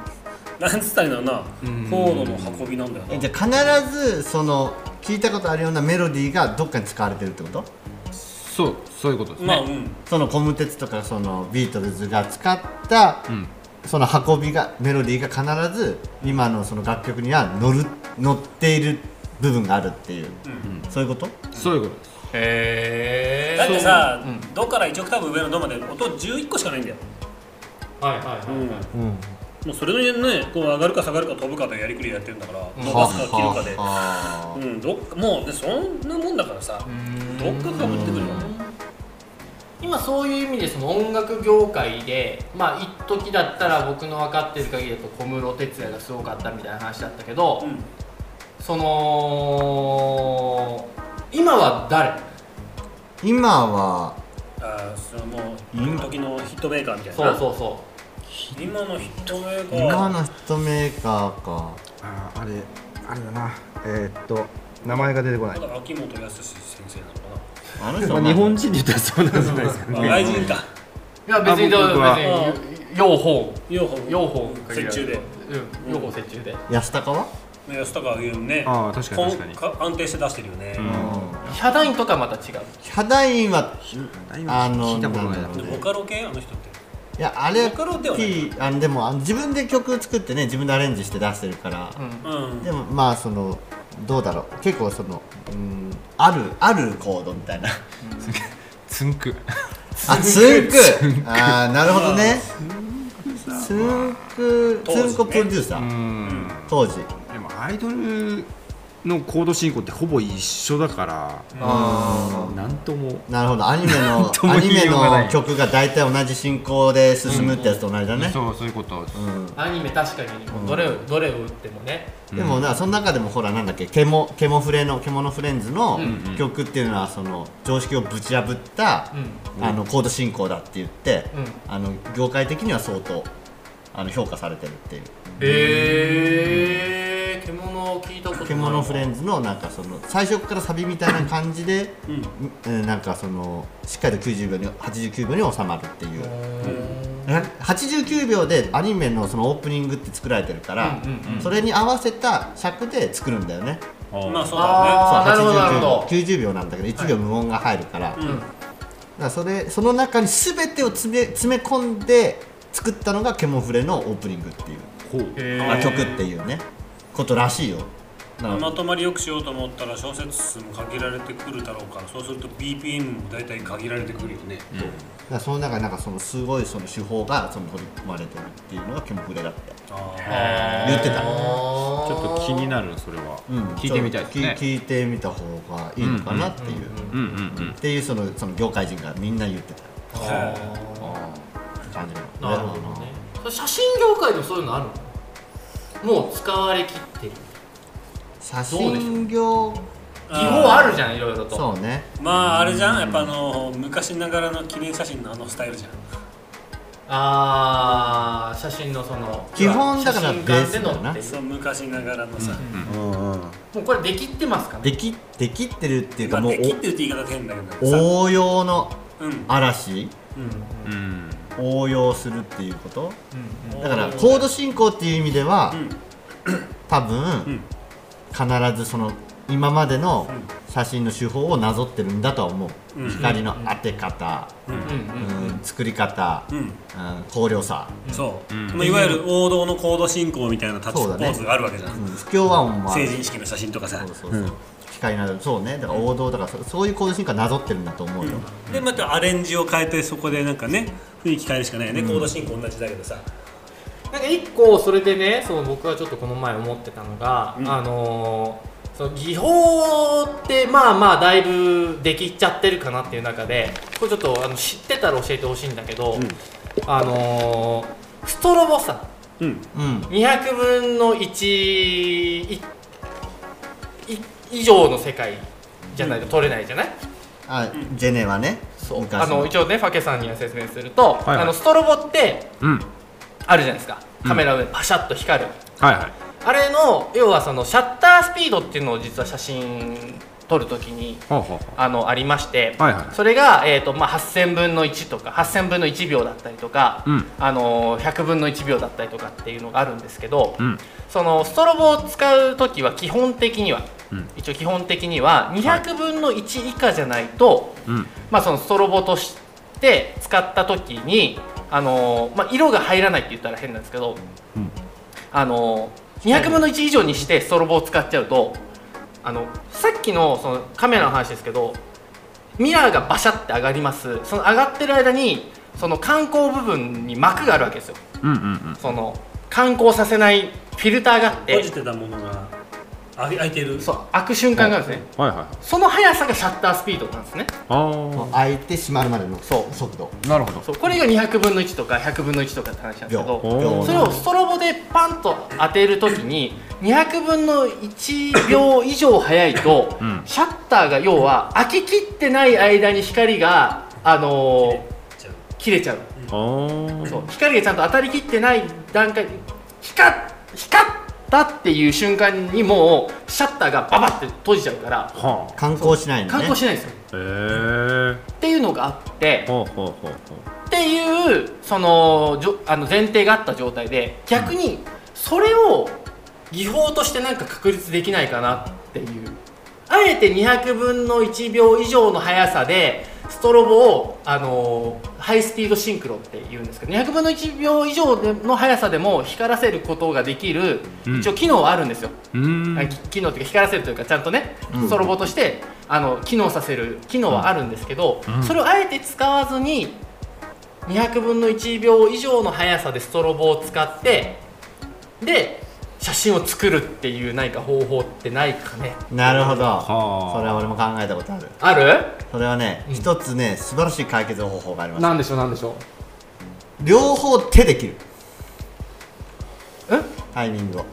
Speaker 5: なんつったらいいんだろうなコードの運びなんだよな、
Speaker 6: えじゃあ必ずその聞いたことあるようなメロディーがどっかに使われてるってこと
Speaker 4: そうそういうことです
Speaker 5: まあ
Speaker 4: ね、
Speaker 5: うん
Speaker 6: そのコムテツとかそのビートルズが使った、
Speaker 4: ん
Speaker 6: その運びがメロディーが必ず今のその楽曲には乗る乗っている部分があるっていう、そういうこと
Speaker 4: そういうことです
Speaker 2: へ
Speaker 5: だってさ、ドから1オクターブ上のドまで音11個しかないんだよ、
Speaker 9: はいはいはい、
Speaker 5: もうそれのねこう上がるか下がるか飛ぶかのやりくりやってるんだから、伸ばすか切るかで、
Speaker 6: はあ
Speaker 5: うん、どっかもうねそんなもんだからさどっかかぶってくるよね
Speaker 2: 今そういう意味でその音楽業界でまあ一時だったら僕の分かってる限りだと小室哲哉がすごかったみたいな話だったけど、
Speaker 5: うん
Speaker 2: その今は誰
Speaker 6: 今は
Speaker 5: あーそのもう
Speaker 6: 今
Speaker 5: 時のヒットメーカーみたいな
Speaker 2: そうそうそ
Speaker 5: 今のヒットメーカー
Speaker 6: 今のヒットメーカーか
Speaker 4: ああれあれだなえっと名前が出てこな
Speaker 5: まだ秋元康先生なのか
Speaker 6: あの
Speaker 4: ま
Speaker 6: 人
Speaker 4: あ、日本人で言ったらそうなんじゃないですか
Speaker 5: な、
Speaker 4: ね
Speaker 5: あ外人か
Speaker 2: ういや別に
Speaker 4: あ
Speaker 2: 別
Speaker 4: 僕は
Speaker 2: に用法
Speaker 5: 用法
Speaker 2: 用法
Speaker 5: 折衷で
Speaker 2: うん用法折衷で
Speaker 6: 安高は
Speaker 5: 安高が言うね
Speaker 4: ああ確かに確かに
Speaker 5: こん安定して出してるよね、
Speaker 2: ヒャダインとかまた違う
Speaker 6: ヒャダインはあ
Speaker 4: 聞
Speaker 6: の
Speaker 4: いたことないな
Speaker 6: なんだろう
Speaker 5: ボカロ系あの人って
Speaker 6: いやあれ
Speaker 5: ボカロではない
Speaker 6: P あのでもあの自分で曲作ってね自分でアレンジして出してるから、
Speaker 5: うん
Speaker 6: でもまあそのどうだろう結構そのうんあるあるコードみたいな
Speaker 4: つんく
Speaker 6: あつんくあーなるほどねつんくつんこプロデューサ
Speaker 4: う
Speaker 6: ー
Speaker 4: ん
Speaker 6: 当時
Speaker 4: でもアイドルのコード進行ってほぼ一緒だから、なんとも
Speaker 6: なるほどアニメ の
Speaker 4: とも
Speaker 6: ア
Speaker 4: 言
Speaker 6: ニ
Speaker 4: い
Speaker 6: メ
Speaker 4: ようがない
Speaker 6: の曲が大体同じ進行で進むってやつと同じだね、
Speaker 4: そうそういうこと
Speaker 6: うん
Speaker 2: アニメ確かにどれをどれを打ってもね
Speaker 6: でもなその中でもほらなんだっけケモケモフレのケモノフレンズの曲っていうのはその常識をぶち破った、あのコード進行だって言って、あの業界的には相当あの評価されてるっていう
Speaker 2: へえ獣を聞いたことない
Speaker 6: ケモノフレンズのなんかその最初からサビみたいな感じで、うんなんかそのしっかりと90秒に89秒に収まるっていう。な89秒でアニメのそのオープニングって作られてるから、それに合わせた尺で作るんだよね。
Speaker 10: うん
Speaker 5: まあそうだ
Speaker 2: ああなるほどなるほ
Speaker 6: そう
Speaker 2: ど
Speaker 6: 90秒なんだけど1秒無音が入るから,、だからそれその中に全てを詰め詰め込んで作ったのが「ケモフレ」のオープニングっていう、あ曲っていうねことらしいよ
Speaker 5: ねまとまりよくしようと思ったら小説数も限られてくるだろうからそうすると BPM も大体限られてくるよ
Speaker 6: だ
Speaker 5: ね、
Speaker 6: からその中になんかそのすごいその手法がその取り組まれてるっていうのが「ケモフレ」だって言ってた、
Speaker 4: ちょっと気になるそれは、
Speaker 6: うん
Speaker 4: 聞いてみたいですね
Speaker 6: ちょっと聞聞いてみた方がいいのかなっていう、
Speaker 4: うんうんうん
Speaker 6: っていうそのその業界人がみんな言ってた感じの
Speaker 2: なるほどねそれ写真業界でもそういうのあるのもう使われきってる
Speaker 6: 写
Speaker 2: どうでしょ
Speaker 6: 真業
Speaker 2: 技法あるじゃんいろいろと
Speaker 6: そうね
Speaker 5: まああれじゃんやっぱあの昔ながらの記念写真のあのスタイルじゃん
Speaker 2: ああ写真のその
Speaker 6: 基本だから
Speaker 2: 写真館で
Speaker 6: ベースだよな
Speaker 2: のって
Speaker 5: そう昔ながらのさ、
Speaker 2: もうこれできってますかね
Speaker 6: できできってるっていうか
Speaker 5: まあ
Speaker 6: もう
Speaker 5: できってるって言い方変だけどさ
Speaker 6: お応用の
Speaker 5: うん
Speaker 6: 嵐
Speaker 4: うん
Speaker 6: 応用するっていうこと、だからコード進行っていう意味では、多分、必ずその今までの写真の手法をなぞってるんだとは思う、光の当て方、うん作り方、うん光量差、
Speaker 5: そう、まあいわゆる王道のコード進行みたいなタッチポ
Speaker 6: そうだね
Speaker 5: ーズがあるわけじゃん、
Speaker 6: うん不協和音もある
Speaker 5: 成人式の写真とかさ
Speaker 6: そうそうそう、かになるそうねだから王道だからそそういうコード進化なぞってるんだと思うよ、
Speaker 5: でまたアレンジを変えてそこでなんかね雰囲気変えるしかないよね、
Speaker 11: コード進行同じだけどさ
Speaker 2: なんか一個それでねその僕がちょっとこの前思ってたのが、あのーその技法ってまあまあだいぶできちゃってるかなっていう中でこれちょっとあの知ってたら教えてほしいんだけど、あのーストロボさ
Speaker 6: うん
Speaker 2: 200分の1いい以上の世界じゃないと取れないじゃない、
Speaker 6: あジェネはねそう
Speaker 2: あの一応ねファケさんには説明すると、
Speaker 4: いはい
Speaker 2: あのストロボって
Speaker 4: うん
Speaker 2: あるじゃないですかカメラ上でパシャッと光る、
Speaker 4: はいはい
Speaker 2: あれの要はそのシャッタースピードっていうのを実は写真撮るときに
Speaker 4: ほうほうほ
Speaker 2: あのありまして、
Speaker 4: はいはい
Speaker 2: それが、えーとまあ、8000分の1とか8000分の1秒だったりとか、
Speaker 4: うん
Speaker 2: あの100分の1秒だったりとかっていうのがあるんですけど、
Speaker 4: ううん
Speaker 2: そのストロボを使う時は基本的には、
Speaker 4: うん
Speaker 2: 一応基本的には200分の1以下じゃないと、
Speaker 4: うん
Speaker 2: まあ、そのストロボとして使った時に、あのーまあ、色が入らないって言ったら変なんですけど、
Speaker 4: ん
Speaker 2: あのー200分の1以上にしてストロボを使っちゃうとあのさっきのそのカメラの話ですけどミラーがバシャって上がりますその上がってる間にその観光部分に膜があるわけですよ
Speaker 4: うんうん
Speaker 2: その観光させないフィルターがあっ
Speaker 11: 閉
Speaker 2: て
Speaker 11: じてたものがあ開いてる
Speaker 2: そう開く瞬間があるんですね
Speaker 4: はいはいはい
Speaker 2: その速さがシャッタースピードなんですね
Speaker 4: あ
Speaker 6: 開いて閉まるまでの
Speaker 2: そう
Speaker 6: 速度
Speaker 4: あなるほど
Speaker 2: そうこれが200分の1とか100分の1とかって話なんですけど
Speaker 4: 秒
Speaker 2: それをストロボでパンと当てるときに200分の1秒以上早いと、
Speaker 4: うん
Speaker 2: シャッターが要は開ききってない間に光が、あの
Speaker 11: 切れちゃう
Speaker 2: ー切れちゃう
Speaker 4: あー
Speaker 2: そう光がちゃんと当たりきってない段階光っ光ったっていう瞬間にもうシャッターがババって閉じちゃうから
Speaker 4: はあ
Speaker 6: 観光しないのね
Speaker 2: 観光しないんですよ、
Speaker 4: へえ
Speaker 2: っていうのがあって
Speaker 4: ほうほうほうほう
Speaker 2: っていうそのじょあの前提があった状態で逆にそれを技法としてなんか確立できないかなっていうあえて200分の1秒以上の速さでストロボを、あのーハイスピードシンクロって言うんですけど200分の1秒以上での速さでも光らせることができる、
Speaker 4: うん
Speaker 2: 一応機能はあるんですよ、
Speaker 4: うーん
Speaker 2: き機能というか光らせるというかちゃんとねストロボとしてあの機能させる機能はあるんですけど、
Speaker 4: ん
Speaker 2: それをあえて使わずに200分の1秒以上の速さでストロボを使ってで写真を作るっていう何か方法ってないかね
Speaker 6: なるほど
Speaker 4: はあ
Speaker 6: それは俺も考えたことある
Speaker 2: ある
Speaker 6: それはね一、つね素晴らしい解決方法があります
Speaker 2: んでしょうなんでしょ
Speaker 6: 両方手で切る
Speaker 2: うん
Speaker 6: タイミングを
Speaker 2: う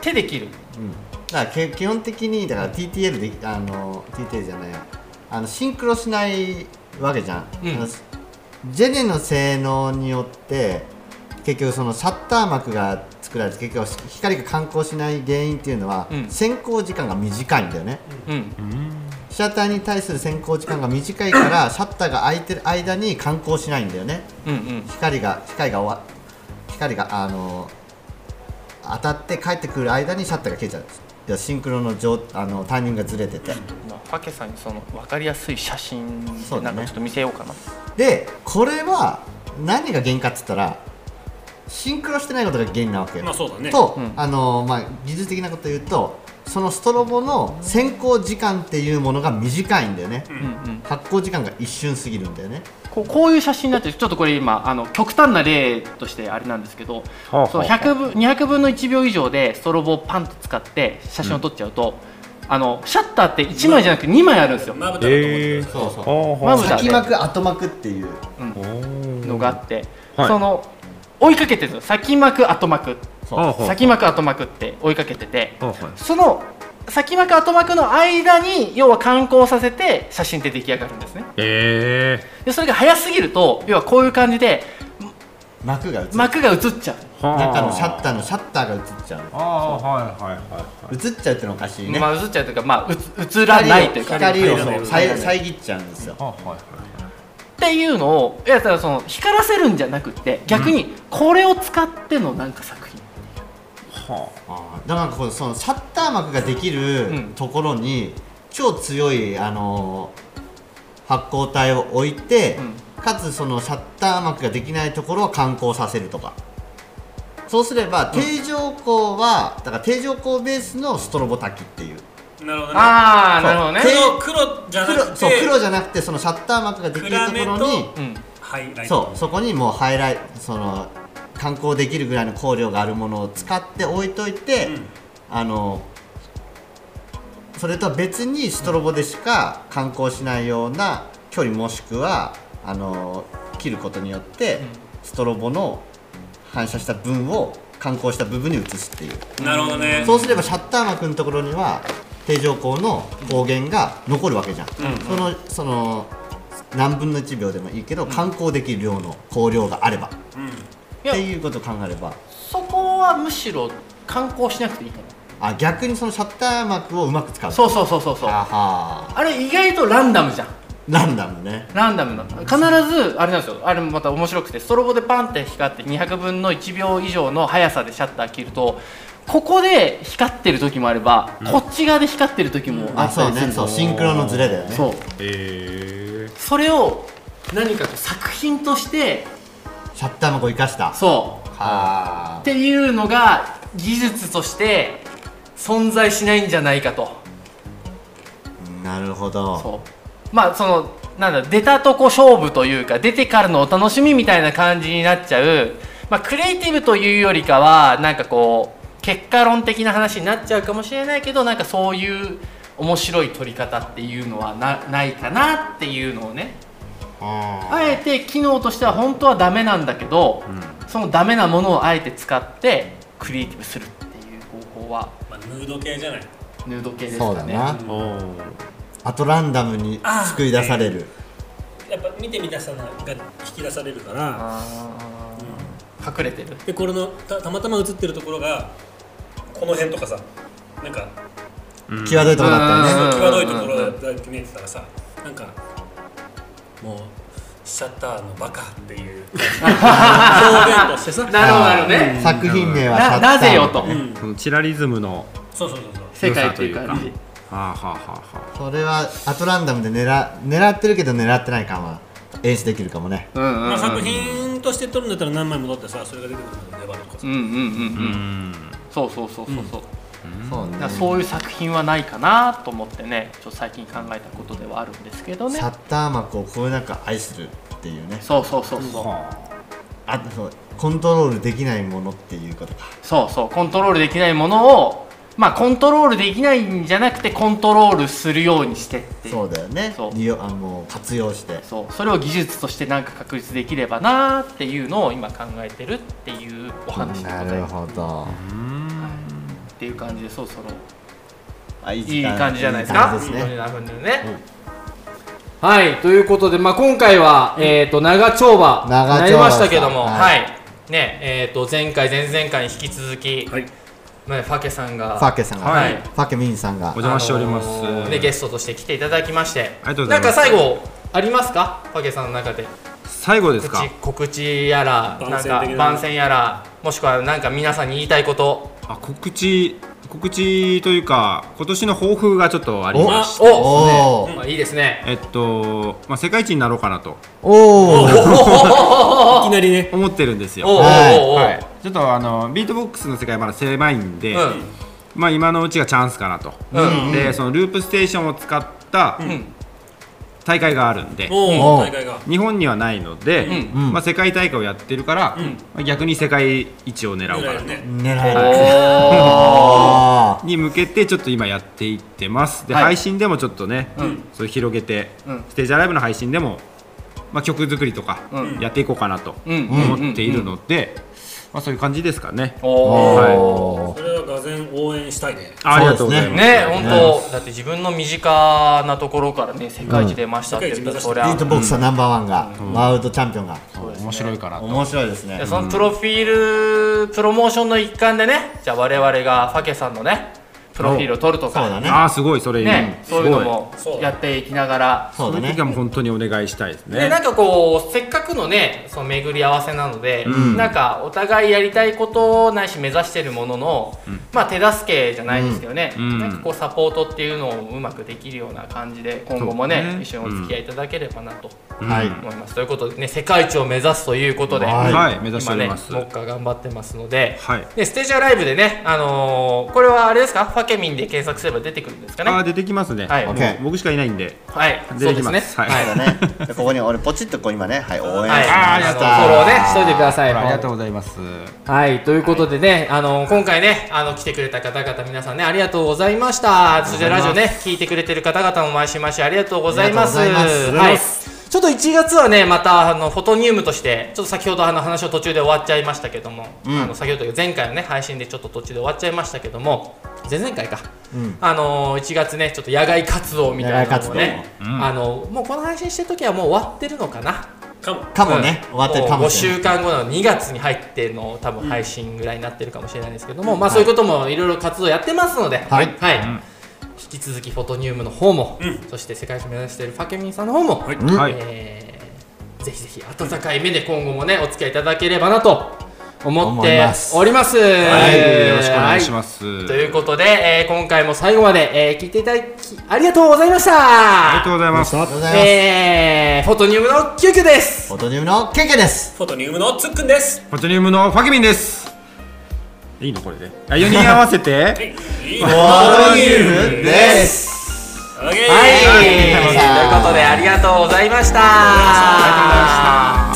Speaker 2: 手で切る
Speaker 6: うんだからけ基本的にだから TTL であの TTL じゃないあのシンクロしないわけじゃん、
Speaker 2: うん
Speaker 6: あのジェネの性能によって結局そのシャッター膜が作られて結局光が観光しない原因っていうのは、
Speaker 2: うん
Speaker 6: 先行時間が短いんだよね、
Speaker 2: うん
Speaker 6: シャッターに対する先行時間が短いからシャッターが開いてる間に観光しないんだよね
Speaker 2: うんうん
Speaker 6: 光が光が終わ光があの当たって帰ってくる間にシャッターが消えちゃうんですいやシンクロの状あのタイミングがずれてて
Speaker 7: まあファケさんにその分かりやすい写真
Speaker 6: そう
Speaker 7: な
Speaker 6: だ
Speaker 7: ん
Speaker 6: ね
Speaker 7: かちょっと見せようかな
Speaker 6: でこれは何が原因かっつったらシンクロしてないことが原因なわけよ、
Speaker 5: まあそうだね
Speaker 6: と、
Speaker 7: ん
Speaker 6: あのまあ、技術的なこと言うとそのストロボの先行時間っていうものが短いんだよね、発光時間が一瞬過ぎるんだよね
Speaker 7: こうこういう写真になってるちょっとこれ今あの極端な例としてあれなんですけど
Speaker 4: はあ
Speaker 7: その100分200分の1秒以上でストロボをパンと使って写真を撮っちゃうと、あのシャッターって1枚じゃなくて2枚あるんですよ
Speaker 11: まぶただと思って
Speaker 4: えー
Speaker 6: そうそ
Speaker 4: ほうほう
Speaker 7: まぶたで
Speaker 6: 先幕後幕っていう
Speaker 7: のがあって、
Speaker 4: はい
Speaker 7: その追いかけてるんですよ先幕後幕
Speaker 4: ほうほう
Speaker 7: 先幕後幕って追いかけてて
Speaker 4: ほうほう
Speaker 7: その先幕後幕の間に要は観光させて写真って出来上がるんですね
Speaker 4: え
Speaker 7: でそれが早すぎると要はこういう感じで
Speaker 6: 幕が映る
Speaker 7: 幕が映っちゃう
Speaker 4: ーはあ
Speaker 6: 中のシャッターのシャッターが映っちゃう
Speaker 4: ああはいはいはいはい
Speaker 6: 映っちゃうっていうのおかしいね、
Speaker 7: まあ映っちゃうというか、まあ、うつ映らないというか
Speaker 6: 光
Speaker 11: 入
Speaker 6: を
Speaker 11: らない
Speaker 6: そう遮遮っちゃうんですよ
Speaker 4: はあはいはい
Speaker 7: っていうのをいやだからその光らせるんじゃなくて逆にこれを使ってのなんか作品、
Speaker 4: は
Speaker 6: あーだからこうそのシャッター膜ができる
Speaker 7: ん
Speaker 6: ところに超強い、あのー発光体を置いて、かつそのシャッター膜ができないところを観光させるとかそうすれば定常光は、だから定常光ベースのストロボ焚きっていう
Speaker 5: なるほどね
Speaker 2: ああなるほどね
Speaker 5: 黒黒じゃな
Speaker 6: 黒
Speaker 5: くて
Speaker 6: そう黒じゃなくてそのシャッター幕ができるところ
Speaker 5: 暗め
Speaker 6: に
Speaker 5: と
Speaker 2: うん
Speaker 5: ハイライ
Speaker 6: そ
Speaker 5: ト
Speaker 6: うそこにもうハイライトその観光できるぐらいの香料があるものを使って置いといて、
Speaker 5: うん
Speaker 6: あのそれとは別にストロボでしか観光しないような距離もしくはあの切ることによってストロボの反射した分を観光した部分に移すっていう
Speaker 5: なるほどね
Speaker 6: そうすればシャッター幕のところには定常光の光源が残るわけじゃん、そのその何分の1秒でもいいけど観光できる量の光量があれば、
Speaker 5: うん
Speaker 2: や
Speaker 6: っていうことを考えれば
Speaker 2: そこはむしろ観光しなくていいかな
Speaker 6: あ逆にそのシャッター幕をうまく使う
Speaker 2: そうそうそうそうそう
Speaker 6: あはー
Speaker 2: あれ意外とランダムじゃん
Speaker 6: ランダムね
Speaker 2: ランダムなの必ずあれなんですよあれもまた面白くてストロボでパンって光って200分の1秒以上の速さでシャッター切るとここで光ってる時もあれば、こっち側で光ってる時もあ
Speaker 6: あ
Speaker 2: った
Speaker 6: そう
Speaker 2: りする
Speaker 6: ねそうシンクロのズレだよね
Speaker 2: そう
Speaker 4: え
Speaker 2: それを何かこう作品として
Speaker 6: シャッター幕を生かした
Speaker 2: そう
Speaker 6: は
Speaker 2: っ
Speaker 6: ー
Speaker 2: ていうのが技術として存在しないんじゃないかと
Speaker 6: なるほど
Speaker 2: そうまあそのなんだ出たとこ勝負というか出てからのお楽しみみたいな感じになっちゃう、まあ、クリエイティブというよりかはなんかこう結果論的な話になっちゃうかもしれないけどなんかそういう面白い取り方っていうのはなないかなっていうのをねあえて機能としては本当はダメなんだけど、そのダメなものをあえて使ってクリエイティブするっていう方法は
Speaker 5: まあ、ヌード系じゃない
Speaker 2: ヌード系です
Speaker 6: そう
Speaker 2: か
Speaker 6: だ
Speaker 2: ね。
Speaker 6: な、あとランダムに救い出される
Speaker 5: やっぱ見てみたさが引き出されるから
Speaker 2: あー隠れてる
Speaker 5: でこれのたたまたま映ってるところがこの辺とかさなんか
Speaker 6: 際どいところだったよね
Speaker 2: うん
Speaker 5: 際どいところだけ見えてたらさなんかもうシャッターのバカっていう表現として
Speaker 2: なる
Speaker 5: さ
Speaker 2: ほどなるほどね、
Speaker 6: うん作品名はシャ
Speaker 2: な
Speaker 6: ッター
Speaker 2: な
Speaker 6: 幕
Speaker 2: ぜよと、
Speaker 4: ーそのチラリズムの
Speaker 5: そうそうそうそう
Speaker 2: 世界というか
Speaker 4: 良さというはあはあはあ
Speaker 6: そ
Speaker 4: は
Speaker 6: れはアトランダムで狙狙ってるけど狙ってない感は演出できるかもね
Speaker 2: うんうんうん
Speaker 5: まあ、作品として撮るんだったら何枚も撮ってさそれが出てくるのが粘るとか
Speaker 2: う
Speaker 5: さ、
Speaker 2: んうんうんう
Speaker 4: あうんん
Speaker 2: そうそうそうそうそう、
Speaker 6: そう
Speaker 2: だからそういう作品はないかなと思ってねちょっと最近考えたことではあるんですけどね
Speaker 6: シャッター幕をこよなく愛するっていうね
Speaker 2: そうそうそうそう、
Speaker 6: あとそうコントロールできないものっていうことか
Speaker 2: そうそうコントロールできないものをまあコントロールできないんじゃなくてコントロールするようにしてって
Speaker 6: そうだよね
Speaker 2: そう
Speaker 6: 利用あもう活用して
Speaker 2: そうそれを技術としてなんか確立できればなっていうのを今考えてるっていうお話でござ
Speaker 6: ないる
Speaker 2: ます
Speaker 6: ほど
Speaker 2: っていう感じでそろそろ
Speaker 6: あい
Speaker 2: いい感じじゃないですか
Speaker 6: いい感じです
Speaker 12: 本当に
Speaker 6: ね
Speaker 12: なるんだよね、はいということで、まあ、今回は、えー、と長丁場に
Speaker 6: 長丁場
Speaker 12: なりましたけども、
Speaker 6: さん
Speaker 12: は
Speaker 6: はい
Speaker 12: いねえー、と前回前々回に引き続き、
Speaker 5: はい
Speaker 12: まあファケさんが
Speaker 6: ファーケさんが、
Speaker 12: はい
Speaker 6: ファーケミンさんが
Speaker 4: お邪魔しております
Speaker 12: あのーね、ゲストとして来ていただきまして
Speaker 4: ありがとうございます
Speaker 12: なんか最後ありますかファケさんの中で
Speaker 4: 最後ですか
Speaker 12: 告知告知やら
Speaker 5: 番
Speaker 12: なん
Speaker 5: 宣
Speaker 12: か
Speaker 5: 的な
Speaker 12: 番宣やらもしくはなんか皆さんに言いたいこと
Speaker 4: あ告知告知というか今年の抱負がちょっとありまして
Speaker 12: お
Speaker 6: おー
Speaker 12: まあ、いいですね
Speaker 4: えっと、まあ、世界一になろうかなと
Speaker 6: お
Speaker 13: い
Speaker 6: ー
Speaker 13: きなりね
Speaker 4: 思ってるんです
Speaker 12: お
Speaker 4: よ、
Speaker 12: おおおお
Speaker 4: はい、ちょっとあのビートボックスの世界まだ狭いんで、
Speaker 12: うん
Speaker 4: まあ、今のうちがチャンスかなと、
Speaker 12: うん
Speaker 4: でそのループステーションを使った大会があるんで、
Speaker 5: お
Speaker 6: お
Speaker 5: お
Speaker 6: ー
Speaker 5: 大会が
Speaker 4: 日本にはないので、
Speaker 6: うん
Speaker 4: まあ、世界大会をやってるから、まあ逆に世界一を狙おうかな
Speaker 5: 狙える
Speaker 4: と。
Speaker 5: ね
Speaker 6: 狙えるあ
Speaker 4: に向けてちょっと今やっていってますで、
Speaker 2: はい
Speaker 4: 配信でもちょっとね、
Speaker 2: ん
Speaker 4: それ広げて、
Speaker 2: うん
Speaker 4: ステージアライブの配信でも、まあ、曲作りとか
Speaker 2: うん
Speaker 4: やっていこうかなと
Speaker 2: うん
Speaker 4: 思っているので、まあ、そういう感じですかね、
Speaker 2: おー
Speaker 6: お
Speaker 5: それはがぜん応援したいね
Speaker 4: あありがとうございます
Speaker 2: ね本当だって自分の身近なところからね世界一出ましたっていうと、
Speaker 5: うん
Speaker 2: そり
Speaker 6: ビ
Speaker 2: ゃ
Speaker 6: ートボックスはナンバーワンが、マウンドチャンピオンが
Speaker 4: 面白いかなと
Speaker 6: 面白いですね
Speaker 2: でそのプロフィールプロモーションの一環でねじゃあ我々がファケさんのねプロフィールを取ると
Speaker 6: そう
Speaker 2: か
Speaker 6: だね
Speaker 4: ああすごいそれいい、
Speaker 2: ね
Speaker 4: す
Speaker 2: そ
Speaker 4: ご
Speaker 2: ういうのも
Speaker 5: そう
Speaker 2: やっていきながら
Speaker 6: そうだ
Speaker 4: その
Speaker 6: ね
Speaker 4: 時はもう本当にお願いしたいです
Speaker 12: で
Speaker 4: ね
Speaker 12: なんかこうせっかくのねその巡り合わせなので、なんかお互いやりたいことないし目指してるものの、まあ手助けじゃないですけどね、
Speaker 4: うん
Speaker 12: なんかこうサポートっていうのをうまくできるような感じで今後もね
Speaker 4: そうね
Speaker 12: 一緒にお付き合いいただければなと
Speaker 6: はい、
Speaker 12: 思います、ということでね世界一を目指すということで、
Speaker 6: はい
Speaker 4: はい目指しております、
Speaker 12: 今ね目下頑張ってますので、
Speaker 4: はい
Speaker 12: でステージアライブでねあのーこれはあれですかファ
Speaker 7: ケミンで検索すれば出てくるんですかね
Speaker 4: あー出てきますね、
Speaker 7: はい
Speaker 4: もう
Speaker 6: OK
Speaker 4: 僕しかいないんで
Speaker 7: はいそ
Speaker 4: 出
Speaker 7: う
Speaker 4: て
Speaker 7: で
Speaker 4: き
Speaker 7: す
Speaker 4: ま
Speaker 7: ね
Speaker 4: す
Speaker 6: そう
Speaker 4: は
Speaker 6: だねでここに俺ポチッとこう今ねはい応援しま
Speaker 7: はい
Speaker 6: した
Speaker 2: フォローねしといてください
Speaker 4: ありがとうございます
Speaker 2: はい、ということでね、あの今回ね、あの来てくれた方々、皆さんね、ありがとうございました。そしてラジオね、聞いてくれてる方々も毎週毎週ありがとうございます。
Speaker 6: ありがとうございます
Speaker 2: はい。ちょっと1月はね、またあのフォトニウムとして、ちょっと先ほどあの話を途中で終わっちゃいましたけども、
Speaker 6: ん
Speaker 2: あの先ほどというか前回のね配信でちょっと途中で終わっちゃいましたけども、前々回か、あの1月ね、ちょっと野外活動みたいなのもね、あのもうこの配信してる時はもう終わってるのかな。
Speaker 11: かも
Speaker 6: かもね終わってるかもしれない
Speaker 2: 5週間後の2月に入っての多分配信ぐらいになってるかもしれないですけども、まあそういうこともいろいろ活動やってますので、はい引き続きフォトニウムの方も、そして世界一目指しているファケミンさんの方も、
Speaker 11: はい
Speaker 4: はい
Speaker 2: えーぜひぜひ温かい目で今後もねお付き合いいただければなと思っ
Speaker 6: 思
Speaker 2: て
Speaker 6: います
Speaker 2: おります。
Speaker 4: はい、よろしくお願いします、
Speaker 2: はいということで、えー今回も最後まで、えー聞いていただきありがとうございました。
Speaker 4: ありがとうございます
Speaker 6: ありがとうございます、
Speaker 2: えー、フォトニウムのキュウキュウです。
Speaker 6: フォトニウムのケンケンです
Speaker 11: フォトニウムのつっくんです
Speaker 4: パトニウムのファケミンですいいのこれであ4人合わせて
Speaker 11: はい
Speaker 6: です
Speaker 11: オッケー
Speaker 2: はい、ということでありがとうございました。ありがとうございました。